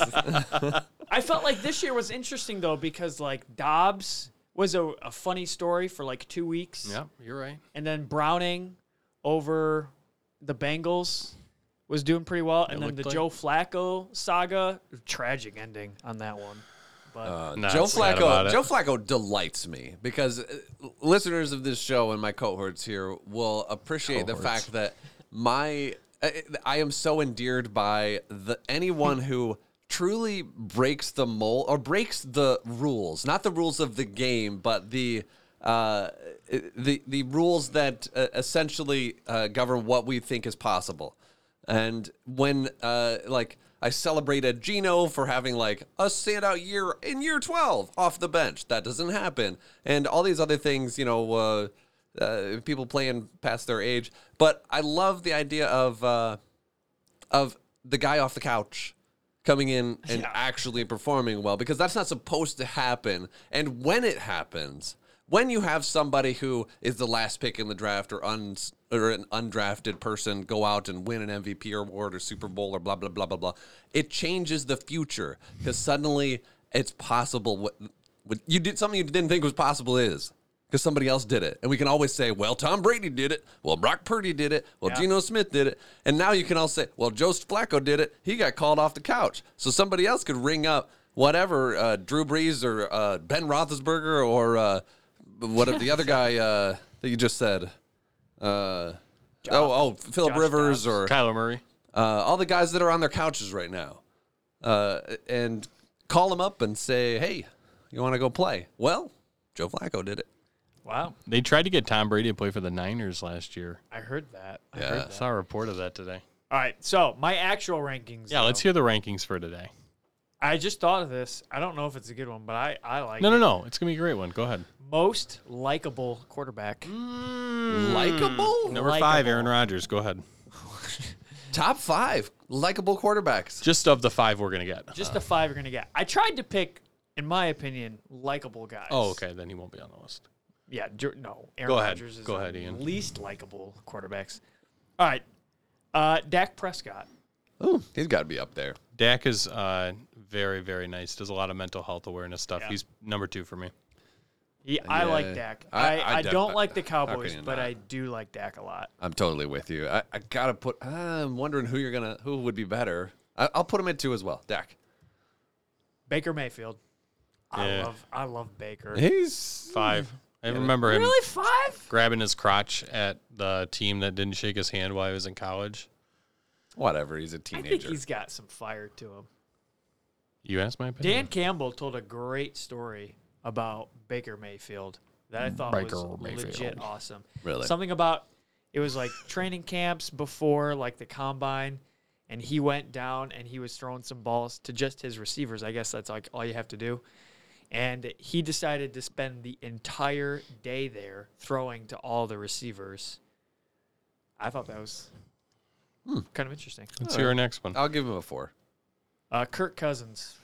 Speaker 3: I felt like this year was interesting though because like Dobbs was a, a funny story for like two weeks,
Speaker 4: Yeah, you're right.
Speaker 3: and then Browning over the Bengals was doing pretty well, and then
Speaker 4: looked
Speaker 3: the
Speaker 4: like-
Speaker 3: Joe Flacco saga, tragic ending on that one. But
Speaker 4: Uh, Nah,
Speaker 2: Joe
Speaker 4: it's not about
Speaker 2: Flacco.
Speaker 4: it.
Speaker 2: Joe Flacco delights me because uh, listeners of this show and my cohorts here will appreciate the fact that my I- I am so endeared by the anyone who truly breaks the mold or breaks the rules, not the rules of the game, but the uh, the the rules that uh, essentially uh, govern what we think is possible. And when uh, like I celebrated Gino for having like a standout year in year twelve off the bench, that doesn't happen, and all these other things, you know, uh, uh, people playing past their age. But I love the idea of uh, of the guy off the couch coming in and actually performing well because that's not supposed to happen. And when it happens, when you have somebody who is the last pick in the draft or un or an undrafted person go out and win an MVP award or Super Bowl or blah blah blah blah blah, it changes the future because suddenly it's possible. What, what you did something you didn't think was possible is because somebody else did it. And we can always say, well, Tom Brady did it. Well, Brock Purdy did it. Well, Geno Smith did it. And now you can all say, well, Joe Flacco did it. He got called off the couch. So somebody else could ring up whatever uh, Drew Brees or uh, Ben Roethlisberger or uh, whatever the other guy uh, that you just said. Uh, oh, oh, Philip Rivers or
Speaker 4: Kyler Murray.
Speaker 2: uh, all the guys that are on their couches right now, uh, and call them up and say, hey, you want to go play? Well, Joe Flacco did it.
Speaker 3: wow,
Speaker 4: They tried to get Tom Brady to play for the Niners last year.
Speaker 3: I heard that. I
Speaker 2: Yeah.
Speaker 3: heard
Speaker 4: I
Speaker 3: that.
Speaker 4: saw a report of that today.
Speaker 3: All right, so my actual rankings.
Speaker 4: Yeah, let's
Speaker 3: though.
Speaker 4: hear the rankings for today.
Speaker 3: I just thought of this. I don't know if it's a good one, but I I like
Speaker 4: No,
Speaker 3: it.
Speaker 4: no, no. It's gonna be a great one. Go ahead.
Speaker 3: most likable quarterback.
Speaker 4: Mm.
Speaker 2: likable
Speaker 4: Number five,
Speaker 3: Likeable.
Speaker 4: Aaron Rodgers. Go ahead.
Speaker 2: top five likable quarterbacks
Speaker 4: Just of the five we're gonna get.
Speaker 3: Just the five you're gonna get. I tried to pick, in my opinion, likable guys.
Speaker 4: Oh, okay. Then he won't be on the list.
Speaker 3: Yeah, Jer- no. Aaron
Speaker 4: Go ahead.
Speaker 3: Rodgers is
Speaker 4: Go
Speaker 3: the
Speaker 4: ahead, Ian.
Speaker 3: least likable quarterbacks. All right, uh, Dak Prescott.
Speaker 2: Ooh, he's got to be up there
Speaker 4: Dak is uh, very, very nice. Does a lot of mental health awareness stuff.
Speaker 3: Yeah.
Speaker 4: He's number two for me.
Speaker 3: He, I
Speaker 2: Yeah.
Speaker 3: like Dak.
Speaker 2: I-
Speaker 3: I,
Speaker 2: I
Speaker 3: I,
Speaker 2: def-
Speaker 3: don't like the
Speaker 2: how can
Speaker 3: Cowboys,
Speaker 2: you
Speaker 3: but
Speaker 2: not?
Speaker 3: I do like Dak a lot.
Speaker 2: i'm totally with you i, I gotta put i'm wondering who you're gonna who would be better I, i'll put him at two as well dak
Speaker 3: Baker Mayfield. I
Speaker 4: Yeah.
Speaker 3: love I love Baker.
Speaker 2: he's
Speaker 4: Five. I remember him
Speaker 3: Really five?
Speaker 4: grabbing his crotch at the team that didn't shake his hand while he was in college.
Speaker 2: whatever he's a
Speaker 3: I think
Speaker 2: teenager
Speaker 3: he's got some fire to him.
Speaker 4: You asked my opinion.
Speaker 3: Dan Campbell told a great story about Baker Mayfield that I thought was legit awesome.
Speaker 2: Really?
Speaker 3: Something about it was like training camps before like the combine and he went down and he was throwing some balls to just his receivers. I guess that's like all you have to do. And he decided to spend the entire day there throwing to all the receivers. I thought that was kind of interesting.
Speaker 4: Let's hear our next one. God,
Speaker 2: i'll give him a four
Speaker 3: Uh, Kirk Cousins.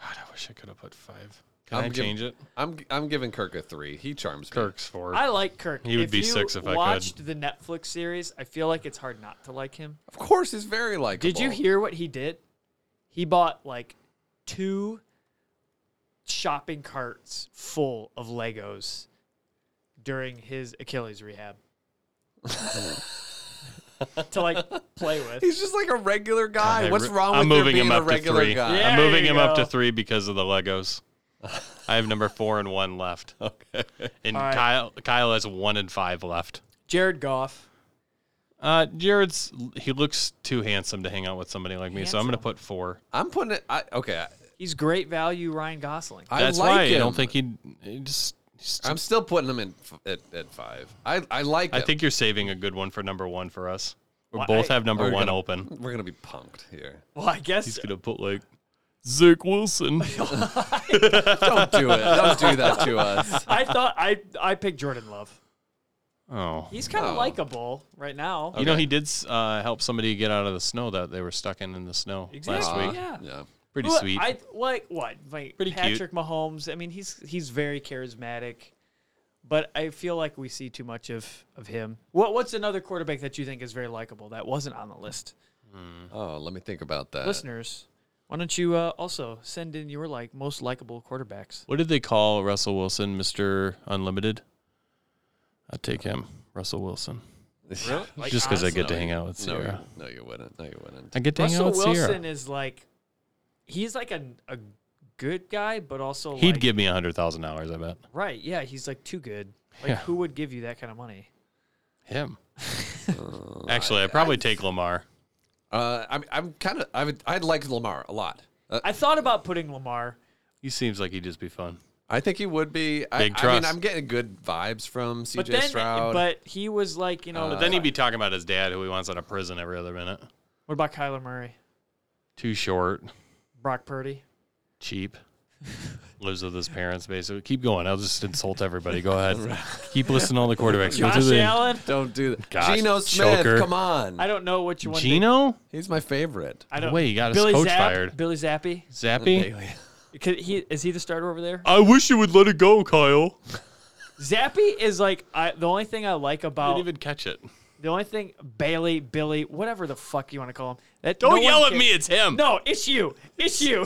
Speaker 4: I wish I could have put five. Can i
Speaker 2: I'm giv-
Speaker 4: change it?
Speaker 2: i'm i'm giving kirk a three he charms me
Speaker 4: Kirk's four.
Speaker 3: I like Kirk.
Speaker 4: He would be
Speaker 3: you
Speaker 4: six if I could.
Speaker 3: watched the Netflix series. I feel like it's hard not to like him.
Speaker 2: of course he's very likable
Speaker 3: Did you hear what he did? He bought like two shopping carts full of Legos during his Achilles rehab to like play with.
Speaker 2: he's just like a regular guy
Speaker 4: I
Speaker 2: what's
Speaker 4: re-
Speaker 2: wrong with
Speaker 4: I'm
Speaker 2: there
Speaker 4: moving
Speaker 2: being
Speaker 4: him
Speaker 2: a
Speaker 4: up to
Speaker 2: regular
Speaker 4: three.
Speaker 2: guy
Speaker 3: Yeah.
Speaker 4: I'm
Speaker 3: There
Speaker 4: moving
Speaker 3: you
Speaker 4: him up to
Speaker 3: go.
Speaker 4: three because of the Legos. I have number four and one left. Okay. And
Speaker 3: All right.
Speaker 4: Kyle Kyle has one and five left.
Speaker 3: Jared Goff.
Speaker 4: Uh, Jared's he looks too handsome to hang out with somebody like me, so I'm gonna put four.
Speaker 2: I'm putting it. I, okay,
Speaker 3: He's great value, Ryan Gosling.
Speaker 2: I,
Speaker 4: That's
Speaker 2: I like
Speaker 4: why
Speaker 2: him.
Speaker 4: I don't think he'd, he just. he's
Speaker 2: I'm still putting him in f- at, at five. I I like.
Speaker 4: I
Speaker 2: him.
Speaker 4: think you're saving a good one for number one for us. We
Speaker 3: Well,
Speaker 4: both
Speaker 3: I- Oh,
Speaker 4: have number
Speaker 2: We're
Speaker 4: one
Speaker 2: gonna-
Speaker 4: open.
Speaker 2: we're gonna be punked here.
Speaker 3: Well, I guess
Speaker 4: He's gonna put like Zach Wilson.
Speaker 3: Oh.
Speaker 2: Don't do it. Don't do that to us.
Speaker 3: I thought I I picked Jordan Love.
Speaker 4: oh,
Speaker 3: He's kind of
Speaker 2: Oh.
Speaker 3: likable right now.
Speaker 4: you know
Speaker 2: Okay.
Speaker 4: he did s- uh, help somebody get out of the snow that they were stuck in in the snow last
Speaker 3: Exactly.
Speaker 4: week.
Speaker 2: Uh,
Speaker 3: Yeah.
Speaker 2: yeah.
Speaker 4: Pretty
Speaker 3: Well,
Speaker 4: sweet.
Speaker 3: I like what like
Speaker 4: Pretty cute.
Speaker 3: Patrick Mahomes. I mean, he's he's very charismatic, but I feel like we see too much of of him. What what's another quarterback that you think is very likable that wasn't on the list?
Speaker 2: Oh, let me think about
Speaker 4: Uh,
Speaker 2: that.
Speaker 3: Listeners, why don't you uh, also send in your like most likable quarterbacks?
Speaker 4: what did they call Russell Wilson, Mister Unlimited? I'd take him, Russell Wilson,
Speaker 2: Really?
Speaker 4: just because I get to
Speaker 2: No,
Speaker 4: hang
Speaker 2: you-
Speaker 4: out with
Speaker 2: No,
Speaker 4: Sierra.
Speaker 2: you- no, you wouldn't. No, you wouldn't.
Speaker 4: I get to hang
Speaker 3: Russell
Speaker 4: out with Sierra.
Speaker 3: Wilson is like he's like a a good guy, but also
Speaker 4: He'd
Speaker 3: like,
Speaker 4: give me a hundred thousand dollars. I bet
Speaker 3: right. Yeah, he's like too good. Like
Speaker 4: Yeah.
Speaker 3: who would give you that kind of money?
Speaker 4: him. Actually, I'd probably take Lamar.
Speaker 2: Uh, I'm, I'm kind of. I would. I'd like Lamar a lot. Uh,
Speaker 3: I thought about putting Lamar.
Speaker 4: He seems like he'd just be fun.
Speaker 2: I think he would be. I,
Speaker 4: Big
Speaker 2: I mean,
Speaker 4: trust.
Speaker 2: I'm getting good vibes from
Speaker 3: But
Speaker 2: C.J.
Speaker 3: then,
Speaker 2: Stroud.
Speaker 3: but he was like, you know,
Speaker 4: Uh, But then he'd be talking about his dad, who he wants out of prison every other minute.
Speaker 3: what about Kyler Murray,
Speaker 4: Too short,
Speaker 3: Brock Purdy?
Speaker 4: cheap, lives with his parents. Basically, keep going. I'll just insult everybody. Go ahead. keep listening to all the quarterbacks. Go
Speaker 3: Josh
Speaker 4: through the-
Speaker 3: Allen.
Speaker 2: don't do that.
Speaker 4: Gosh,
Speaker 2: Geno Smith,
Speaker 4: choker.
Speaker 2: come on.
Speaker 3: I don't know which one. they-
Speaker 4: Gino.
Speaker 2: He's my favorite.
Speaker 3: I don't.
Speaker 4: Wait, he got his
Speaker 3: Billy
Speaker 4: coach
Speaker 3: Zapp-
Speaker 4: fired.
Speaker 3: Billy Zappi.
Speaker 4: Zappy.
Speaker 3: Could he is he the starter over there?
Speaker 4: I wish you would let it go, Kyle.
Speaker 3: Zappy is like I, the only thing I like
Speaker 4: Didn't
Speaker 3: about
Speaker 4: even catch it.
Speaker 3: the only thing Bailey, Billy, whatever the fuck you want to call him. That
Speaker 4: Don't
Speaker 3: no one
Speaker 4: yell at
Speaker 3: can-
Speaker 4: me. It's him.
Speaker 3: No, it's you. It's you.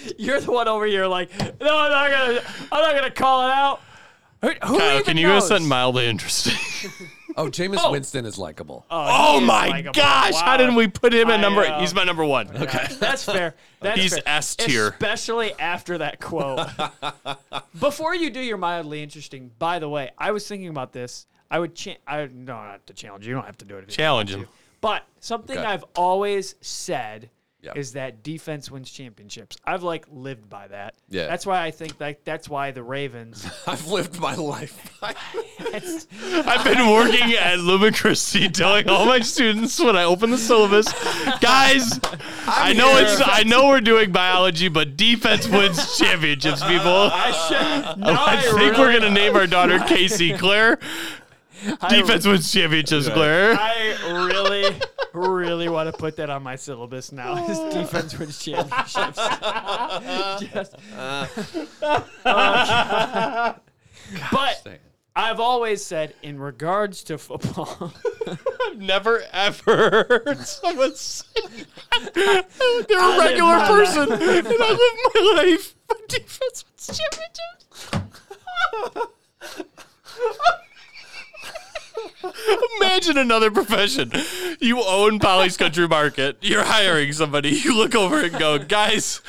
Speaker 3: You're the one over here like, no, I'm not gonna I'm not gonna call it out. Who, who
Speaker 4: Kyle,
Speaker 3: even
Speaker 4: can you go
Speaker 3: knows?
Speaker 4: something mildly interesting?
Speaker 2: Oh, Jameis Winston is likable.
Speaker 3: Oh,
Speaker 4: Oh,
Speaker 3: he is
Speaker 4: my
Speaker 3: likable.
Speaker 4: gosh! How
Speaker 3: Wow.
Speaker 4: didn't we put him at
Speaker 3: I um,
Speaker 4: number?
Speaker 3: know.
Speaker 4: He's my number one.
Speaker 3: Yeah, that's fair. That's
Speaker 4: He's
Speaker 3: fair.
Speaker 4: S tier.
Speaker 3: especially after that quote. Before you do your mildly interesting, by the way, I was thinking about this. I would, cha- I would- no, not to challenge you. You don't have to do it. If you don't
Speaker 4: Challenge
Speaker 3: want
Speaker 4: him.
Speaker 3: to. But something
Speaker 2: Okay.
Speaker 3: I've always said
Speaker 2: Yeah.
Speaker 3: is that defense wins championships. I've like lived by that.
Speaker 2: Yeah.
Speaker 3: That's why I think like that's why the Ravens.
Speaker 2: I've lived my life.
Speaker 3: That's-
Speaker 4: I've been working at Lumen Christi telling all my students when I open the syllabus, guys, i know
Speaker 2: here.
Speaker 4: it's I know we're doing biology, but defense wins championships, people.
Speaker 3: I should. Now
Speaker 4: Oh, I
Speaker 3: I
Speaker 4: think we're gonna name our daughter Casey Claire. Defense wins championships, Claire.
Speaker 3: I really, really want to put that on my syllabus now. Is defense wins championships. Just- but I've always said, in regards to football,
Speaker 4: Never ever heard someone say that. They're a regular
Speaker 3: my
Speaker 4: person, and I live my life. by Defense wins championships. Imagine another profession. You own Polly's Country Market. You're hiring somebody. You look over and go, guys,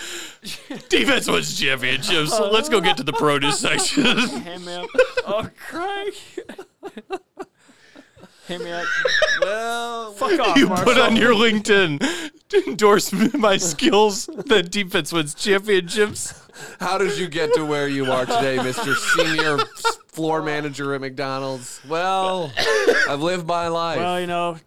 Speaker 4: defense wins championships. Let's go get to the produce section.
Speaker 3: hey man, oh Craig, hey man,
Speaker 2: well,
Speaker 3: fuck off,
Speaker 4: you
Speaker 3: Marshall.
Speaker 4: put on your LinkedIn to endorse my skills that defense wins championships.
Speaker 2: how did you get to where you are today, Mr. Senior s- Floor Manager at McDonald's? Well, I've lived my life.
Speaker 3: well, you know,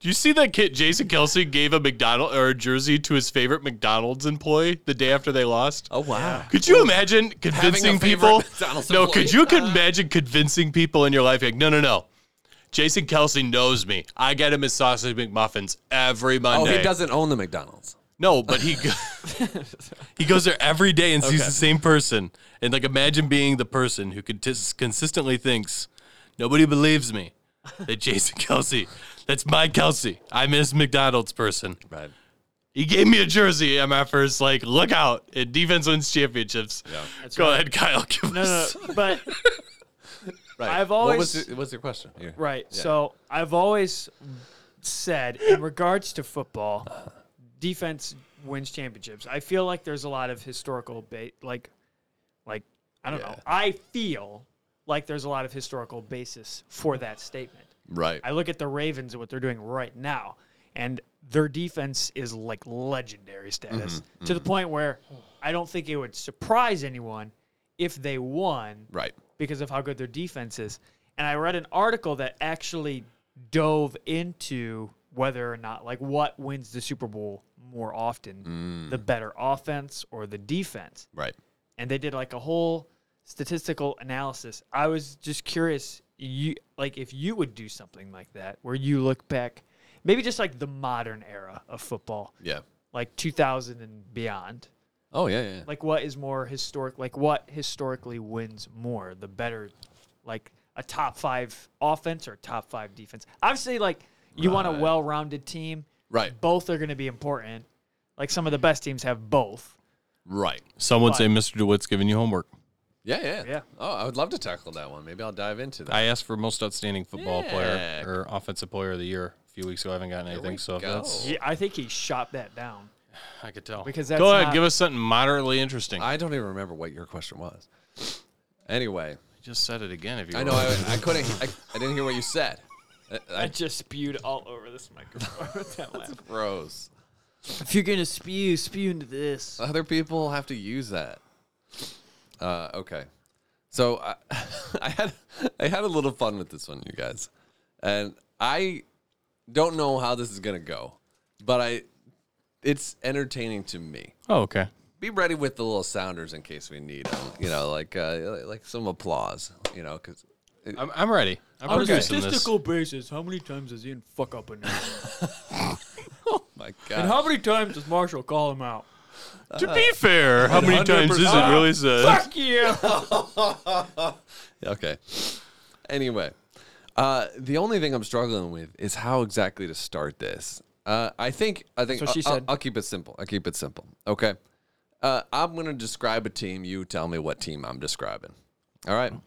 Speaker 4: Do you see that kid Jason Kelsey gave a McDonald or a jersey to his favorite McDonald's employee the day after they lost?
Speaker 2: oh, wow.
Speaker 4: Could you imagine convincing
Speaker 2: favorite
Speaker 4: people?
Speaker 2: McDonald's
Speaker 4: No,
Speaker 2: employee. Uh.
Speaker 4: could you could imagine convincing people in your life like, no, no, no. Jason Kelsey knows me. I get him his sausage McMuffins every
Speaker 2: Oh,
Speaker 4: Monday.
Speaker 2: he doesn't own the McDonald's.
Speaker 4: No, but he go- he goes there every day and sees the same person. And like, imagine being the person who could tis- consistently thinks nobody believes me that Jason Kelsey, that's my Kelsey. I'm his McDonald's person.
Speaker 2: Right.
Speaker 4: He gave me a jersey at my first like look out at defense wins championships. Go ahead, Kyle. Give
Speaker 3: no,
Speaker 4: us.
Speaker 3: no, uh, but
Speaker 2: Right.
Speaker 3: I've
Speaker 2: What
Speaker 3: always-
Speaker 2: was your, what's your question? Here.
Speaker 3: Right. So I've always said, in regards to football, defense wins championships. I feel like there's a lot of historical ba- like, like I don't know. I feel like there's a lot of historical basis for that statement.
Speaker 2: Right.
Speaker 3: I look at the Ravens and what they're doing right now, and their defense is like legendary status to the point where I don't think it would surprise anyone if they won
Speaker 2: right.
Speaker 3: because of how good their defense is. And I read an article that actually dove into whether or not, like, what wins the Super Bowl more often the better offense or the defense.
Speaker 2: Right.
Speaker 3: And they did like a whole statistical analysis. I was just curious, you like, if you would do something like that where you look back, maybe just like the modern era of football,
Speaker 2: Yeah.
Speaker 3: like 2000 and beyond
Speaker 2: Oh yeah, yeah.
Speaker 3: like what is more historic like what historically wins more the better like a top five offense or top five defense obviously like you want a well-rounded team
Speaker 2: Right.
Speaker 3: both are going to be important like some of the best teams have both
Speaker 2: Right.
Speaker 4: Some would say Mr. DeWitt's giving you homework.
Speaker 2: Yeah, yeah.
Speaker 3: Yeah.
Speaker 2: Oh, I would love to tackle that one. Maybe I'll dive into that.
Speaker 4: I asked for most outstanding football
Speaker 2: Yeah.
Speaker 4: player or offensive player of the year a few weeks ago. I haven't gotten
Speaker 2: we
Speaker 4: anything, so if
Speaker 2: go.
Speaker 4: that's
Speaker 3: yeah, i think he shot that down
Speaker 4: I could tell.
Speaker 3: Because that's
Speaker 4: go ahead,
Speaker 3: not-
Speaker 4: give us something moderately interesting. I
Speaker 2: I don't even remember what your question was. Anyway,
Speaker 4: just said it again. If you
Speaker 2: I know I, I couldn't. I, I didn't hear what you said. I, I
Speaker 3: just spewed all over this microphone with that laugh.
Speaker 2: froze.
Speaker 3: if you're going to spew spew into this
Speaker 2: Other people have to use that. Uh, okay, so I, I had I had a little fun with this one, you guys, and I don't know how this is gonna go, but I it's entertaining to me.
Speaker 4: oh, okay.
Speaker 2: be ready with the little sounders in case we need them. You know, like uh, like some applause. You know, because
Speaker 4: I'm, I'm ready. I'm producing this.
Speaker 3: basis how many times does ian fuck up a name
Speaker 2: my
Speaker 3: and
Speaker 2: God,
Speaker 3: how many times does marshall call him out
Speaker 4: to be fair, how many times is it
Speaker 2: 100%.
Speaker 4: really said?
Speaker 3: fuck you
Speaker 2: okay. Anyway, uh, the only thing I'm struggling with is how exactly to start this. Uh, I think I think
Speaker 3: That's what she
Speaker 2: I'll, I'll-
Speaker 3: said.
Speaker 2: I'll keep it simple. I'll keep it simple. Okay, uh, I'm gonna describe a team. You tell me what team I'm describing. All right.
Speaker 3: Oh.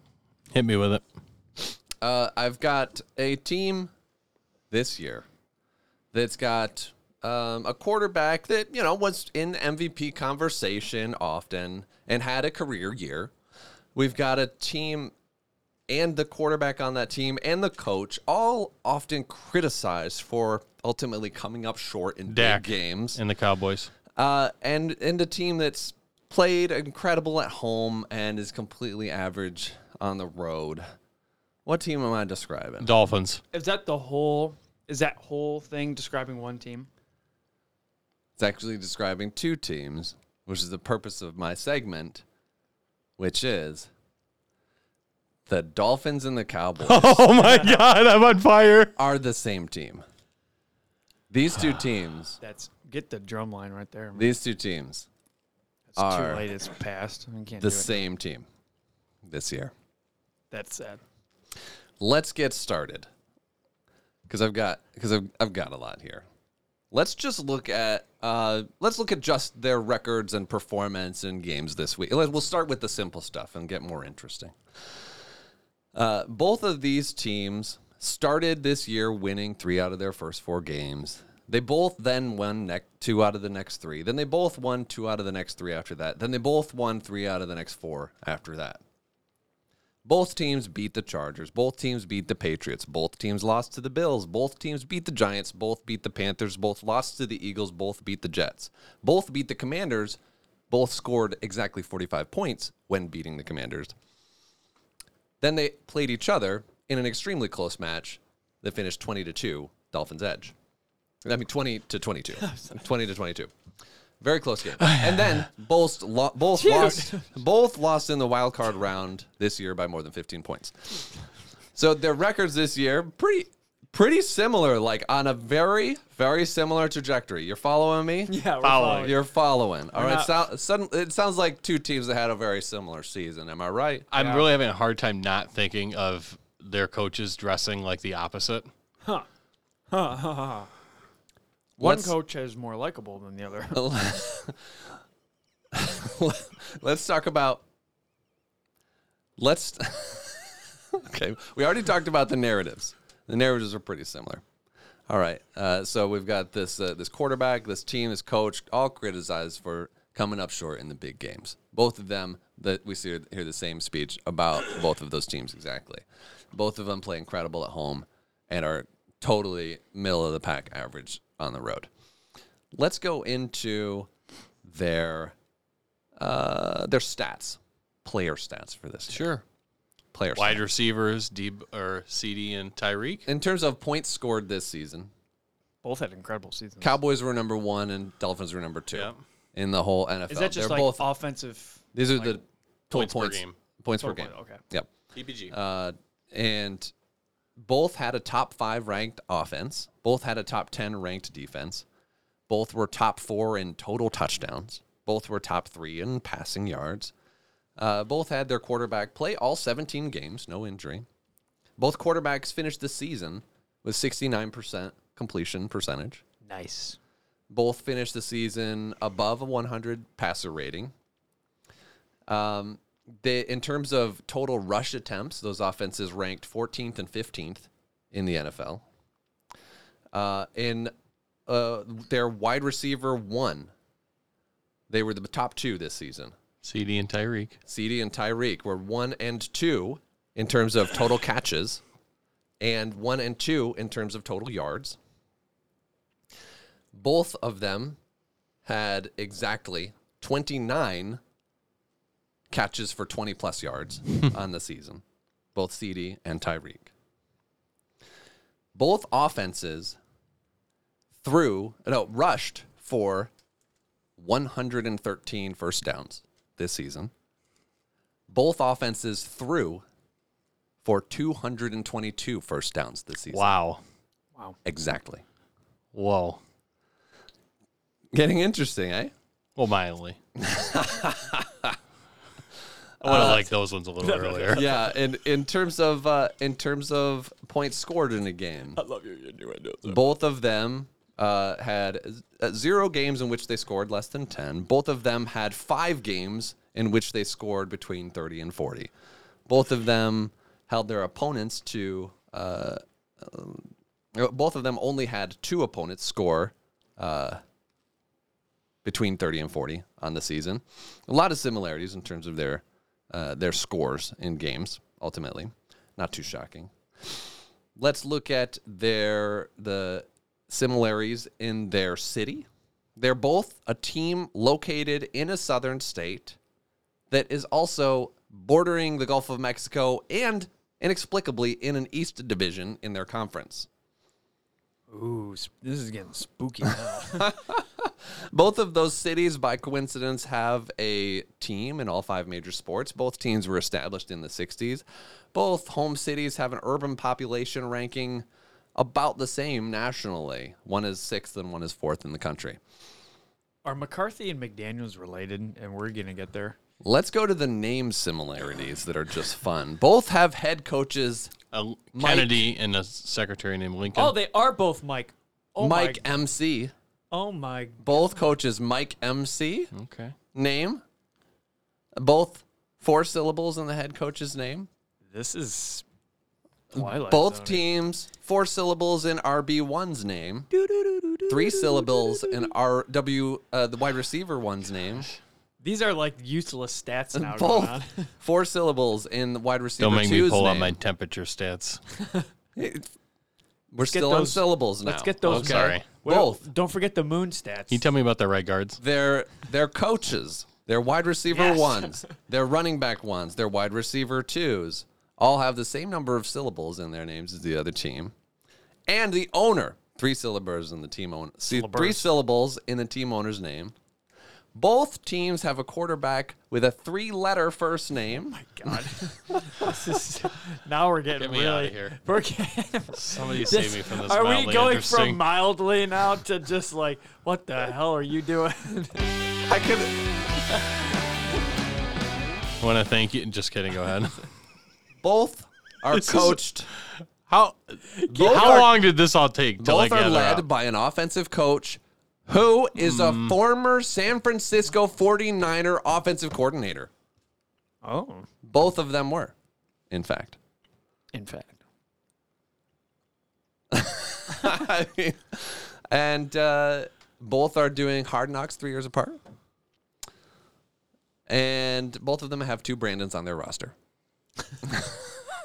Speaker 4: Hit me with it.
Speaker 2: Uh, I've got a team this year that's got um, a quarterback that you know was in MVP conversation often and had a career year. We've got a team and the quarterback on that team and the coach all often criticized for ultimately coming up short in
Speaker 4: Dak.
Speaker 2: big games
Speaker 4: And the Cowboys.
Speaker 2: uh, and and a team that's played incredible at home and is completely average on the road. What team am I describing?
Speaker 4: Dolphins.
Speaker 3: Is that the whole? Is that whole thing describing one team?
Speaker 2: It's actually describing two teams, which is the purpose of my segment, which is the Dolphins and the Cowboys
Speaker 4: Oh my God, I'm on fire.
Speaker 2: are the same team. These two teams,
Speaker 3: That's get the drum line right there. man.
Speaker 2: these two teams,
Speaker 3: It's
Speaker 2: are
Speaker 3: too late. It's past. I can't do
Speaker 2: the
Speaker 3: it.
Speaker 2: same team this year.
Speaker 3: That's sad.
Speaker 2: let's get started because i've got because I've, I've got a lot here let's just look at uh, let's look at just their records and performance in games this week Let- we'll start with the simple stuff and get more interesting uh, both of these teams started this year winning three out of their first four games they both then won ne- two out of the next three then they both won two out of the next three after that then they both won three out of the next four after that both teams beat the Chargers. Both teams beat the Patriots. Both teams lost to the Bills. Both teams beat the Giants. Both beat the Panthers. Both lost to the Eagles. Both beat the Jets. Both beat the Commanders. Both scored exactly 45 points when beating the Commanders. Then they played each other in an extremely close match that finished 20 to 2, Dolphins Edge. I mean 20 to 22. 20 to 22. Very close game. And then both lo- both lost both lost in the wild card round this year by more than 15 points. So their records this year pretty pretty similar like on a very very similar trajectory. You're following me?
Speaker 3: Yeah, we're
Speaker 4: Foul.
Speaker 3: following.
Speaker 2: You're following. All right.
Speaker 3: not-
Speaker 2: So, sudden, it sounds like two teams that had a very similar season. Am I right?
Speaker 4: I'm really having a hard time not thinking of their coaches dressing like the opposite.
Speaker 3: One
Speaker 2: Let's-
Speaker 3: coach is more likable than the other.
Speaker 2: Oh. let's talk about let's okay we already talked about the narratives the narratives are pretty similar all right uh, so we've got this uh, this quarterback this team this coach all criticized for coming up short in the big games both of them that we see hear the same speech about both of those teams exactly both of them play incredible at home and are totally middle of the pack average on the road. Let's go into their uh, their stats, player stats for this. Sure, player
Speaker 4: Wide
Speaker 2: stats.
Speaker 4: receivers, D or CD and Tyreek.
Speaker 2: In terms of points scored this season,
Speaker 3: Both had incredible seasons.
Speaker 2: Cowboys were number one and Dolphins were number two
Speaker 4: Yep.
Speaker 2: in the whole NFL.
Speaker 3: Is that just
Speaker 2: Oh, They're both
Speaker 3: like offensive?
Speaker 2: these are the total
Speaker 4: points
Speaker 2: points
Speaker 4: per game.
Speaker 2: Points per
Speaker 3: Total
Speaker 2: game.
Speaker 3: point, okay.
Speaker 2: Yep.
Speaker 4: PPG.
Speaker 2: Uh, and both had a top five ranked offense. Both had a top ten ranked defense. Both were top four in total touchdowns. Both were top three in passing yards. Uh, both had their quarterback play all 17 games, no injury. Both quarterbacks finished the season with 69% completion percentage.
Speaker 3: Nice.
Speaker 2: both finished the season above a 100 passer rating. Um, they, in terms of total rush attempts, those offenses ranked 14th and 15th in the NFL. Uh, in uh, their wide receiver one, they were the top two this season.
Speaker 4: CD and Tyreek.
Speaker 2: CD and Tyreek were one and two in terms of total catches, and one and two in terms of total yards. Both of them had exactly 29 catches for 20 plus yards on the season, both CD and Tyreek. Both offenses threw, no, rushed for 113 first downs this season both offenses threw for 222 first downs this season.
Speaker 4: Wow.
Speaker 2: Exactly.
Speaker 4: Whoa.
Speaker 2: Getting interesting, eh?
Speaker 4: Well, mildly. I would have liked those ones a little earlier.
Speaker 2: Yeah, and in terms of uh, in terms of points scored in a game, I love your innuendos. Both of them uh, had z- uh, zero games in which they scored less than ten. Both of them had five games in which they scored between thirty and forty. Both of them held their opponents to. Uh, uh, both of them only had two opponents score uh, between 30 and 40 on the season. A lot of similarities in terms of their uh, their scores in games. Ultimately, not too shocking. Let's look at their the similarities in their city. They're both a team located in a southern state that is also bordering the Gulf of Mexico and inexplicably in an East division in their conference.
Speaker 3: Ooh, sp- this is getting spooky. now.
Speaker 2: Both of those cities, by coincidence, have a team in all five major sports. Both teams were established in the 60s. Both home cities have an urban population ranking about the same nationally. One is sixth and one is fourth in the country.
Speaker 3: Are McCarthy and McDaniels related? And we're gonna get there.
Speaker 2: Let's go to the name similarities that are just fun. Both have head coaches
Speaker 4: A Kennedy and a secretary named Lincoln.
Speaker 3: Oh, they are both Mike. Oh
Speaker 2: Mike
Speaker 3: My,
Speaker 2: MC.
Speaker 3: oh my.
Speaker 2: Both coaches Mike MC.
Speaker 4: okay.
Speaker 2: Name. Both four syllables in the head coach's name.
Speaker 3: This is. Twilight
Speaker 2: Both
Speaker 3: Zone.
Speaker 2: teams, four syllables in RB1's name, three syllables in RW, uh, the wide receiver one's name,
Speaker 3: These are like useless stats now. Going
Speaker 2: both
Speaker 3: on.
Speaker 2: four syllables in the wide receiver
Speaker 4: Don't make me
Speaker 2: two's
Speaker 4: pull out
Speaker 2: name.
Speaker 4: my temperature stats.
Speaker 2: We're still on
Speaker 3: those-
Speaker 2: syllables now.
Speaker 3: Let's get those.
Speaker 4: Okay. Oh, Sorry.
Speaker 2: Both.
Speaker 3: Don't forget the moon stats.
Speaker 4: Can you tell me about the right guards?
Speaker 2: Their, their coaches, their wide receiver
Speaker 3: Yes.
Speaker 2: ones, their running back ones, their wide receiver twos, all have the same number of syllables in their names as the other team. And the owner, three syllables in the team owner, see, three
Speaker 3: Syllables.
Speaker 2: syllables in the team owner's name. Both teams have a quarterback with a three-letter first
Speaker 4: Oh
Speaker 2: name.
Speaker 3: God. this is, now we're getting
Speaker 4: Get me
Speaker 3: really
Speaker 4: outta here.
Speaker 3: We're getting,
Speaker 4: Somebody
Speaker 3: this-
Speaker 4: save me from this.
Speaker 3: are we
Speaker 4: mildly
Speaker 3: going
Speaker 4: interesting-
Speaker 3: from mildly now to just like what the hell are you doing?
Speaker 2: I could.
Speaker 4: I want to thank you. Just kidding. Go ahead.
Speaker 2: Both are
Speaker 4: This is-
Speaker 2: coached.
Speaker 4: How
Speaker 2: Both
Speaker 4: how
Speaker 2: are-
Speaker 4: long did this all take till I
Speaker 2: Both are
Speaker 4: gather
Speaker 2: led
Speaker 4: up?
Speaker 2: by an offensive coach who is
Speaker 4: Hmm.
Speaker 2: a former San Francisco 49er offensive coordinator.
Speaker 3: Oh,
Speaker 2: Both of them were, in fact.
Speaker 3: in fact.
Speaker 2: I mean, and uh, both are doing Hard Knocks three years apart. And both of them have two Brandons on their roster.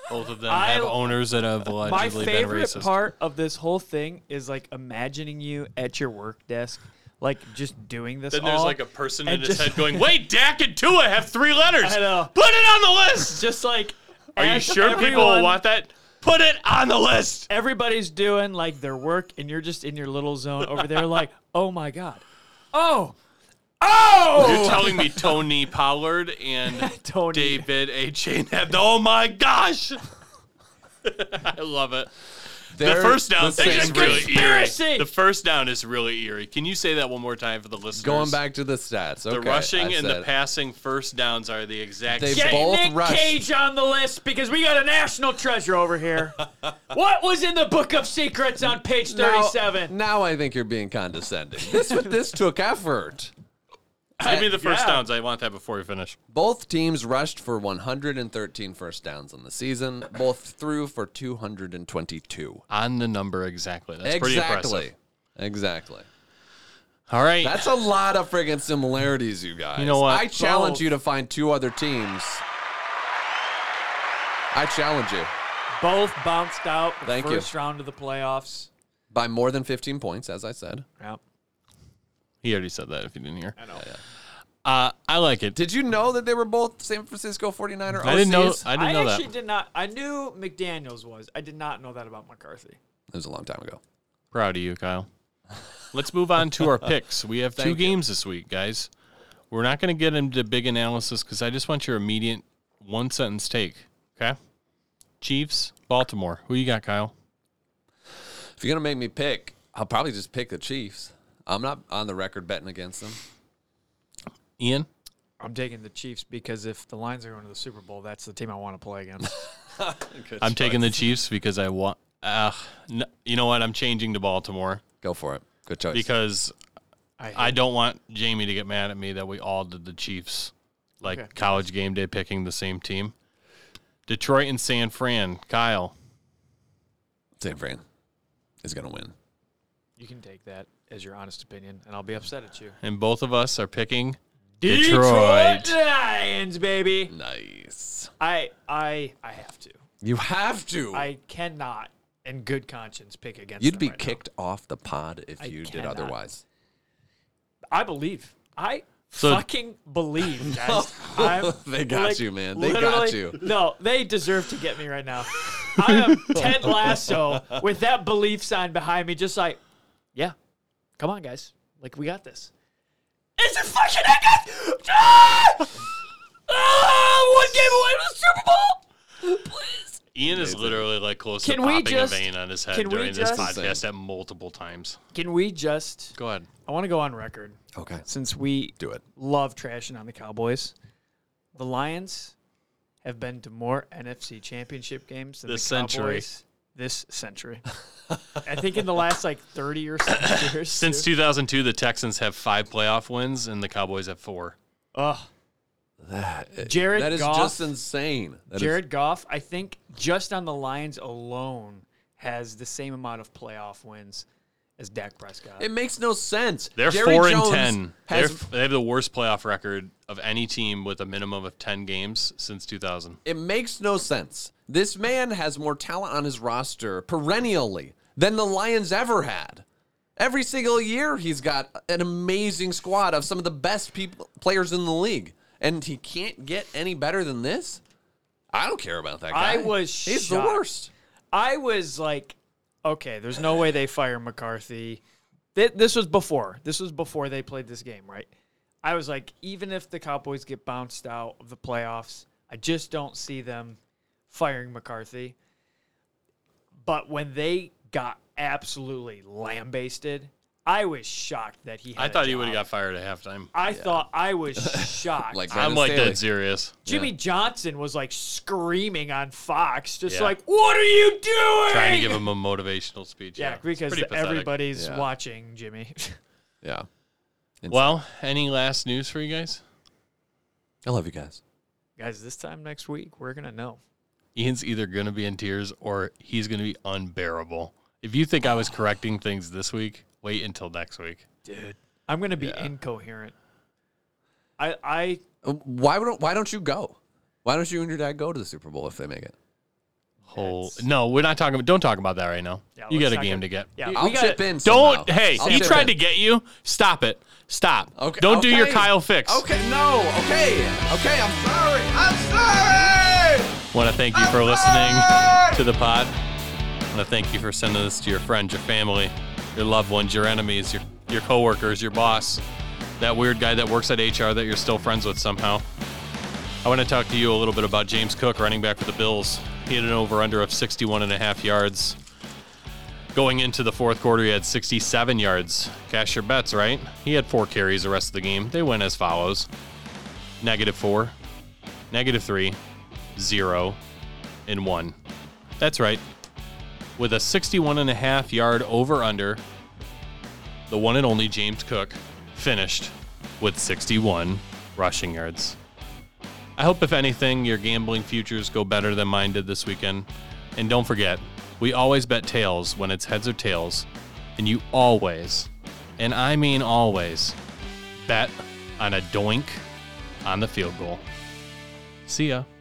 Speaker 4: Both of them
Speaker 7: I-
Speaker 4: have owners that have
Speaker 7: My
Speaker 4: allegedly been
Speaker 7: favorite
Speaker 4: racist.
Speaker 3: part of this whole thing is like imagining you at your work desk, like just doing this.
Speaker 4: then there's
Speaker 3: all,
Speaker 4: like a person in
Speaker 3: and
Speaker 4: his
Speaker 3: just-
Speaker 4: head going, "Wait, Dak and Tua have three letters.
Speaker 3: I know.
Speaker 4: Put it on the list.
Speaker 3: just like.
Speaker 4: Are you sure people will want that? Put it on the list.
Speaker 3: Everybody's doing like their work, and you're just in your little zone over there, like, oh my god, oh,
Speaker 4: You're
Speaker 3: oh,
Speaker 4: telling me Tony Pollard and
Speaker 3: Tony.
Speaker 4: David A. Chain have the oh my gosh. I love it. the
Speaker 2: They're
Speaker 4: first down
Speaker 2: the
Speaker 4: thing
Speaker 2: same
Speaker 4: is really
Speaker 2: race.
Speaker 3: Conspiracy!
Speaker 4: eerie. The first down is really eerie. Can you say that one more time for the listeners?
Speaker 2: Going back to the stats, okay,
Speaker 4: the rushing
Speaker 2: I
Speaker 4: and the
Speaker 2: said-
Speaker 4: passing first downs are the exact
Speaker 2: They
Speaker 4: same.
Speaker 2: both-
Speaker 3: Get Nick
Speaker 2: rushed.
Speaker 3: Cage on the list because we got a national treasure over here. what was in the Book of Secrets on page
Speaker 2: Now-
Speaker 3: thirty-seven?
Speaker 2: Now, I think you're being condescending. This this took effort.
Speaker 4: Give me the first
Speaker 3: Yeah.
Speaker 4: downs. I want that before we finish.
Speaker 2: Both teams rushed for 113 first downs in the season. Both threw for 222.
Speaker 4: On the number exactly. That's pretty
Speaker 2: exactly.
Speaker 4: impressive.
Speaker 2: Exactly.
Speaker 4: All right.
Speaker 2: That's a lot of friggin' similarities, you guys.
Speaker 4: know what?
Speaker 2: I challenge
Speaker 3: Both.
Speaker 2: you to find two other teams. I challenge you
Speaker 3: Both bounced out the
Speaker 2: Thank you.
Speaker 3: first round of the playoffs.
Speaker 2: by more than 15 points, as I said.
Speaker 3: Yep.
Speaker 4: he already said that if you didn't hear. I know. Uh, I like it.
Speaker 2: Did you know that they were both San Francisco 49er
Speaker 4: I didn't know.
Speaker 2: OCs?
Speaker 4: I didn't know that.
Speaker 3: actually did not. I knew McDaniel's was. I did not know that about McCarthy.
Speaker 2: It was a long time ago.
Speaker 4: Proud of you, Kyle. Let's move on to our picks. We have two
Speaker 2: Thank you.
Speaker 4: games this week, guys. We're not going to get into big analysis because I just want your immediate one sentence take. Okay. Chiefs, Baltimore. Who you got, Kyle?
Speaker 2: If you're gonna make me pick, I'll probably just pick the Chiefs. I'm not on the record betting against them.
Speaker 4: Ian?
Speaker 3: I'm taking the Chiefs because if the Lions are going to the Super Bowl, that's the team I want to play against.
Speaker 4: I'm taking the Chiefs because I want. Uh, n you know what? I'm changing to Baltimore
Speaker 2: Go for it. Good choice.
Speaker 4: because
Speaker 3: I, hate
Speaker 4: I don't want Jamie to get mad at me that we all did the Chiefs, like
Speaker 3: Okay.
Speaker 4: college game day picking the same team. Detroit and San Fran. Kyle.
Speaker 2: San Fran is gonna win.
Speaker 3: you can take that as your honest opinion, and I'll be upset at you.
Speaker 4: and both of us are picking
Speaker 3: Detroit Lions, baby.
Speaker 2: Nice.
Speaker 3: I I I have to.
Speaker 2: You have to.
Speaker 3: I cannot, in good conscience, pick against.
Speaker 2: You'd
Speaker 3: them
Speaker 2: be
Speaker 3: right now.
Speaker 2: kicked off the pod if you did
Speaker 3: cannot.
Speaker 2: otherwise.
Speaker 3: I believe. I
Speaker 4: So-
Speaker 3: fucking believe, guys. I'm-
Speaker 2: They got you, man. They got
Speaker 3: literally-
Speaker 2: you.
Speaker 3: No, they deserve to get me right now. I am Ted Lasso with that belief sign behind me, just like, yeah, come on, guys. Like, we got this. It's a fucking Higgins! Ah! Ah, one game away from the Super Bowl!
Speaker 4: Ian is literally like close
Speaker 3: Can
Speaker 4: to
Speaker 3: we
Speaker 4: popping
Speaker 3: just-
Speaker 4: a vein on his head
Speaker 3: can we
Speaker 4: during this
Speaker 3: just-
Speaker 4: podcast at multiple times.
Speaker 3: Can we just,
Speaker 4: Go ahead.
Speaker 3: I want to go on record,
Speaker 2: Okay.
Speaker 3: since we
Speaker 2: Do it.
Speaker 3: love trashing on the Cowboys. The Lions have been to more NFC championship games than
Speaker 4: This
Speaker 3: the Cowboys
Speaker 4: century.
Speaker 3: this century. I think in the last like 30 or so years.
Speaker 4: Since 2002, the Texans have five playoff wins and the Cowboys have four.
Speaker 3: Ugh. Jared
Speaker 2: that is
Speaker 3: Goff.
Speaker 2: just insane. That is-
Speaker 3: Jared Goff, I think just on the Lions alone has the same amount of playoff wins as Dak Prescott.
Speaker 2: it makes no sense.
Speaker 4: They're
Speaker 2: Jerry
Speaker 4: four
Speaker 2: Jones
Speaker 4: and ten. They're,
Speaker 2: Has,
Speaker 4: they have the worst playoff record of any team with a minimum of ten games since 2000.
Speaker 2: It makes no sense. This man has more talent on his roster perennially than the Lions ever had. Every single year, he's got an amazing squad of some of the best people, players in the league, and he can't get any better than this. I don't care about that guy.
Speaker 3: I was
Speaker 2: he's
Speaker 3: shocked.
Speaker 2: the worst.
Speaker 3: I was like, okay, there's no way they fire McCarthy. Th- This was before. This was before they played this game, right? I was like, even if the Cowboys get bounced out of the playoffs, I just don't see them firing McCarthy. But when they got absolutely lambasted, I was shocked that he. Had
Speaker 4: I
Speaker 3: a
Speaker 4: thought he
Speaker 3: job.
Speaker 4: would have got fired at halftime.
Speaker 3: I thought I was shocked.
Speaker 2: Like
Speaker 4: I'm
Speaker 2: Brandon
Speaker 4: like
Speaker 2: Staley.
Speaker 4: dead serious.
Speaker 3: Jimmy Johnson was like screaming on Fox, just
Speaker 4: Yeah.
Speaker 3: like, "What are you doing?"
Speaker 4: Trying to give him a motivational speech.
Speaker 3: Yeah,
Speaker 4: it's
Speaker 3: because
Speaker 4: pretty
Speaker 3: the-
Speaker 4: pathetic.
Speaker 3: everybody's
Speaker 2: Yeah.
Speaker 3: watching Jimmy.
Speaker 2: Yeah,
Speaker 4: Well, any last news for you guys?
Speaker 2: I love you guys.
Speaker 3: Guys, this time next week, we're going to know.
Speaker 4: Ian's either going to be in tears or he's going to be unbearable. If you think I was correcting things this week, wait until next week.
Speaker 3: I'm going to be incoherent. I, I
Speaker 2: Uh, Why don't Why don't you go? Why don't you and your dad go to the Super Bowl if they make it?
Speaker 4: Whole, no, we're not talking. about Don't talk about that right now.
Speaker 3: Yeah,
Speaker 4: you
Speaker 3: let's
Speaker 4: got a
Speaker 3: not get-
Speaker 4: game to get.
Speaker 3: Yeah,
Speaker 2: I'll
Speaker 3: we gotta-
Speaker 2: chip in.
Speaker 4: Don't.
Speaker 2: somehow.
Speaker 4: Hey,
Speaker 2: I'll
Speaker 4: he
Speaker 2: chip
Speaker 4: tried
Speaker 2: in.
Speaker 4: to get you. Stop it. Stop.
Speaker 2: Okay.
Speaker 4: Don't do your
Speaker 2: okay.
Speaker 4: Kyle fix.
Speaker 2: Okay. No. Okay. Okay. I'm sorry. I'm sorry.
Speaker 4: Want to thank you for listening to the pod. Want to thank you for sending this to your friends, your family, your loved ones, your enemies, your your coworkers, your boss, that weird guy that works at HR that you're still friends with somehow. I want to talk to you a little bit about James Cook, running back for the Bills. He had an over under of 61 and a half yards. Going into the fourth quarter, he had 67 yards. Cash your bets, right? He had four carries the rest of the game. They went as follows negative four, negative three, zero, and one. That's right. With a 61 and a half yard over under, the one and only James Cook finished with 61 rushing yards. I hope, if anything, your gambling futures go better than mine did this weekend. And don't forget, we always bet tails when it's heads or tails, and you always, and I mean always, bet on a doink on the field goal. See ya.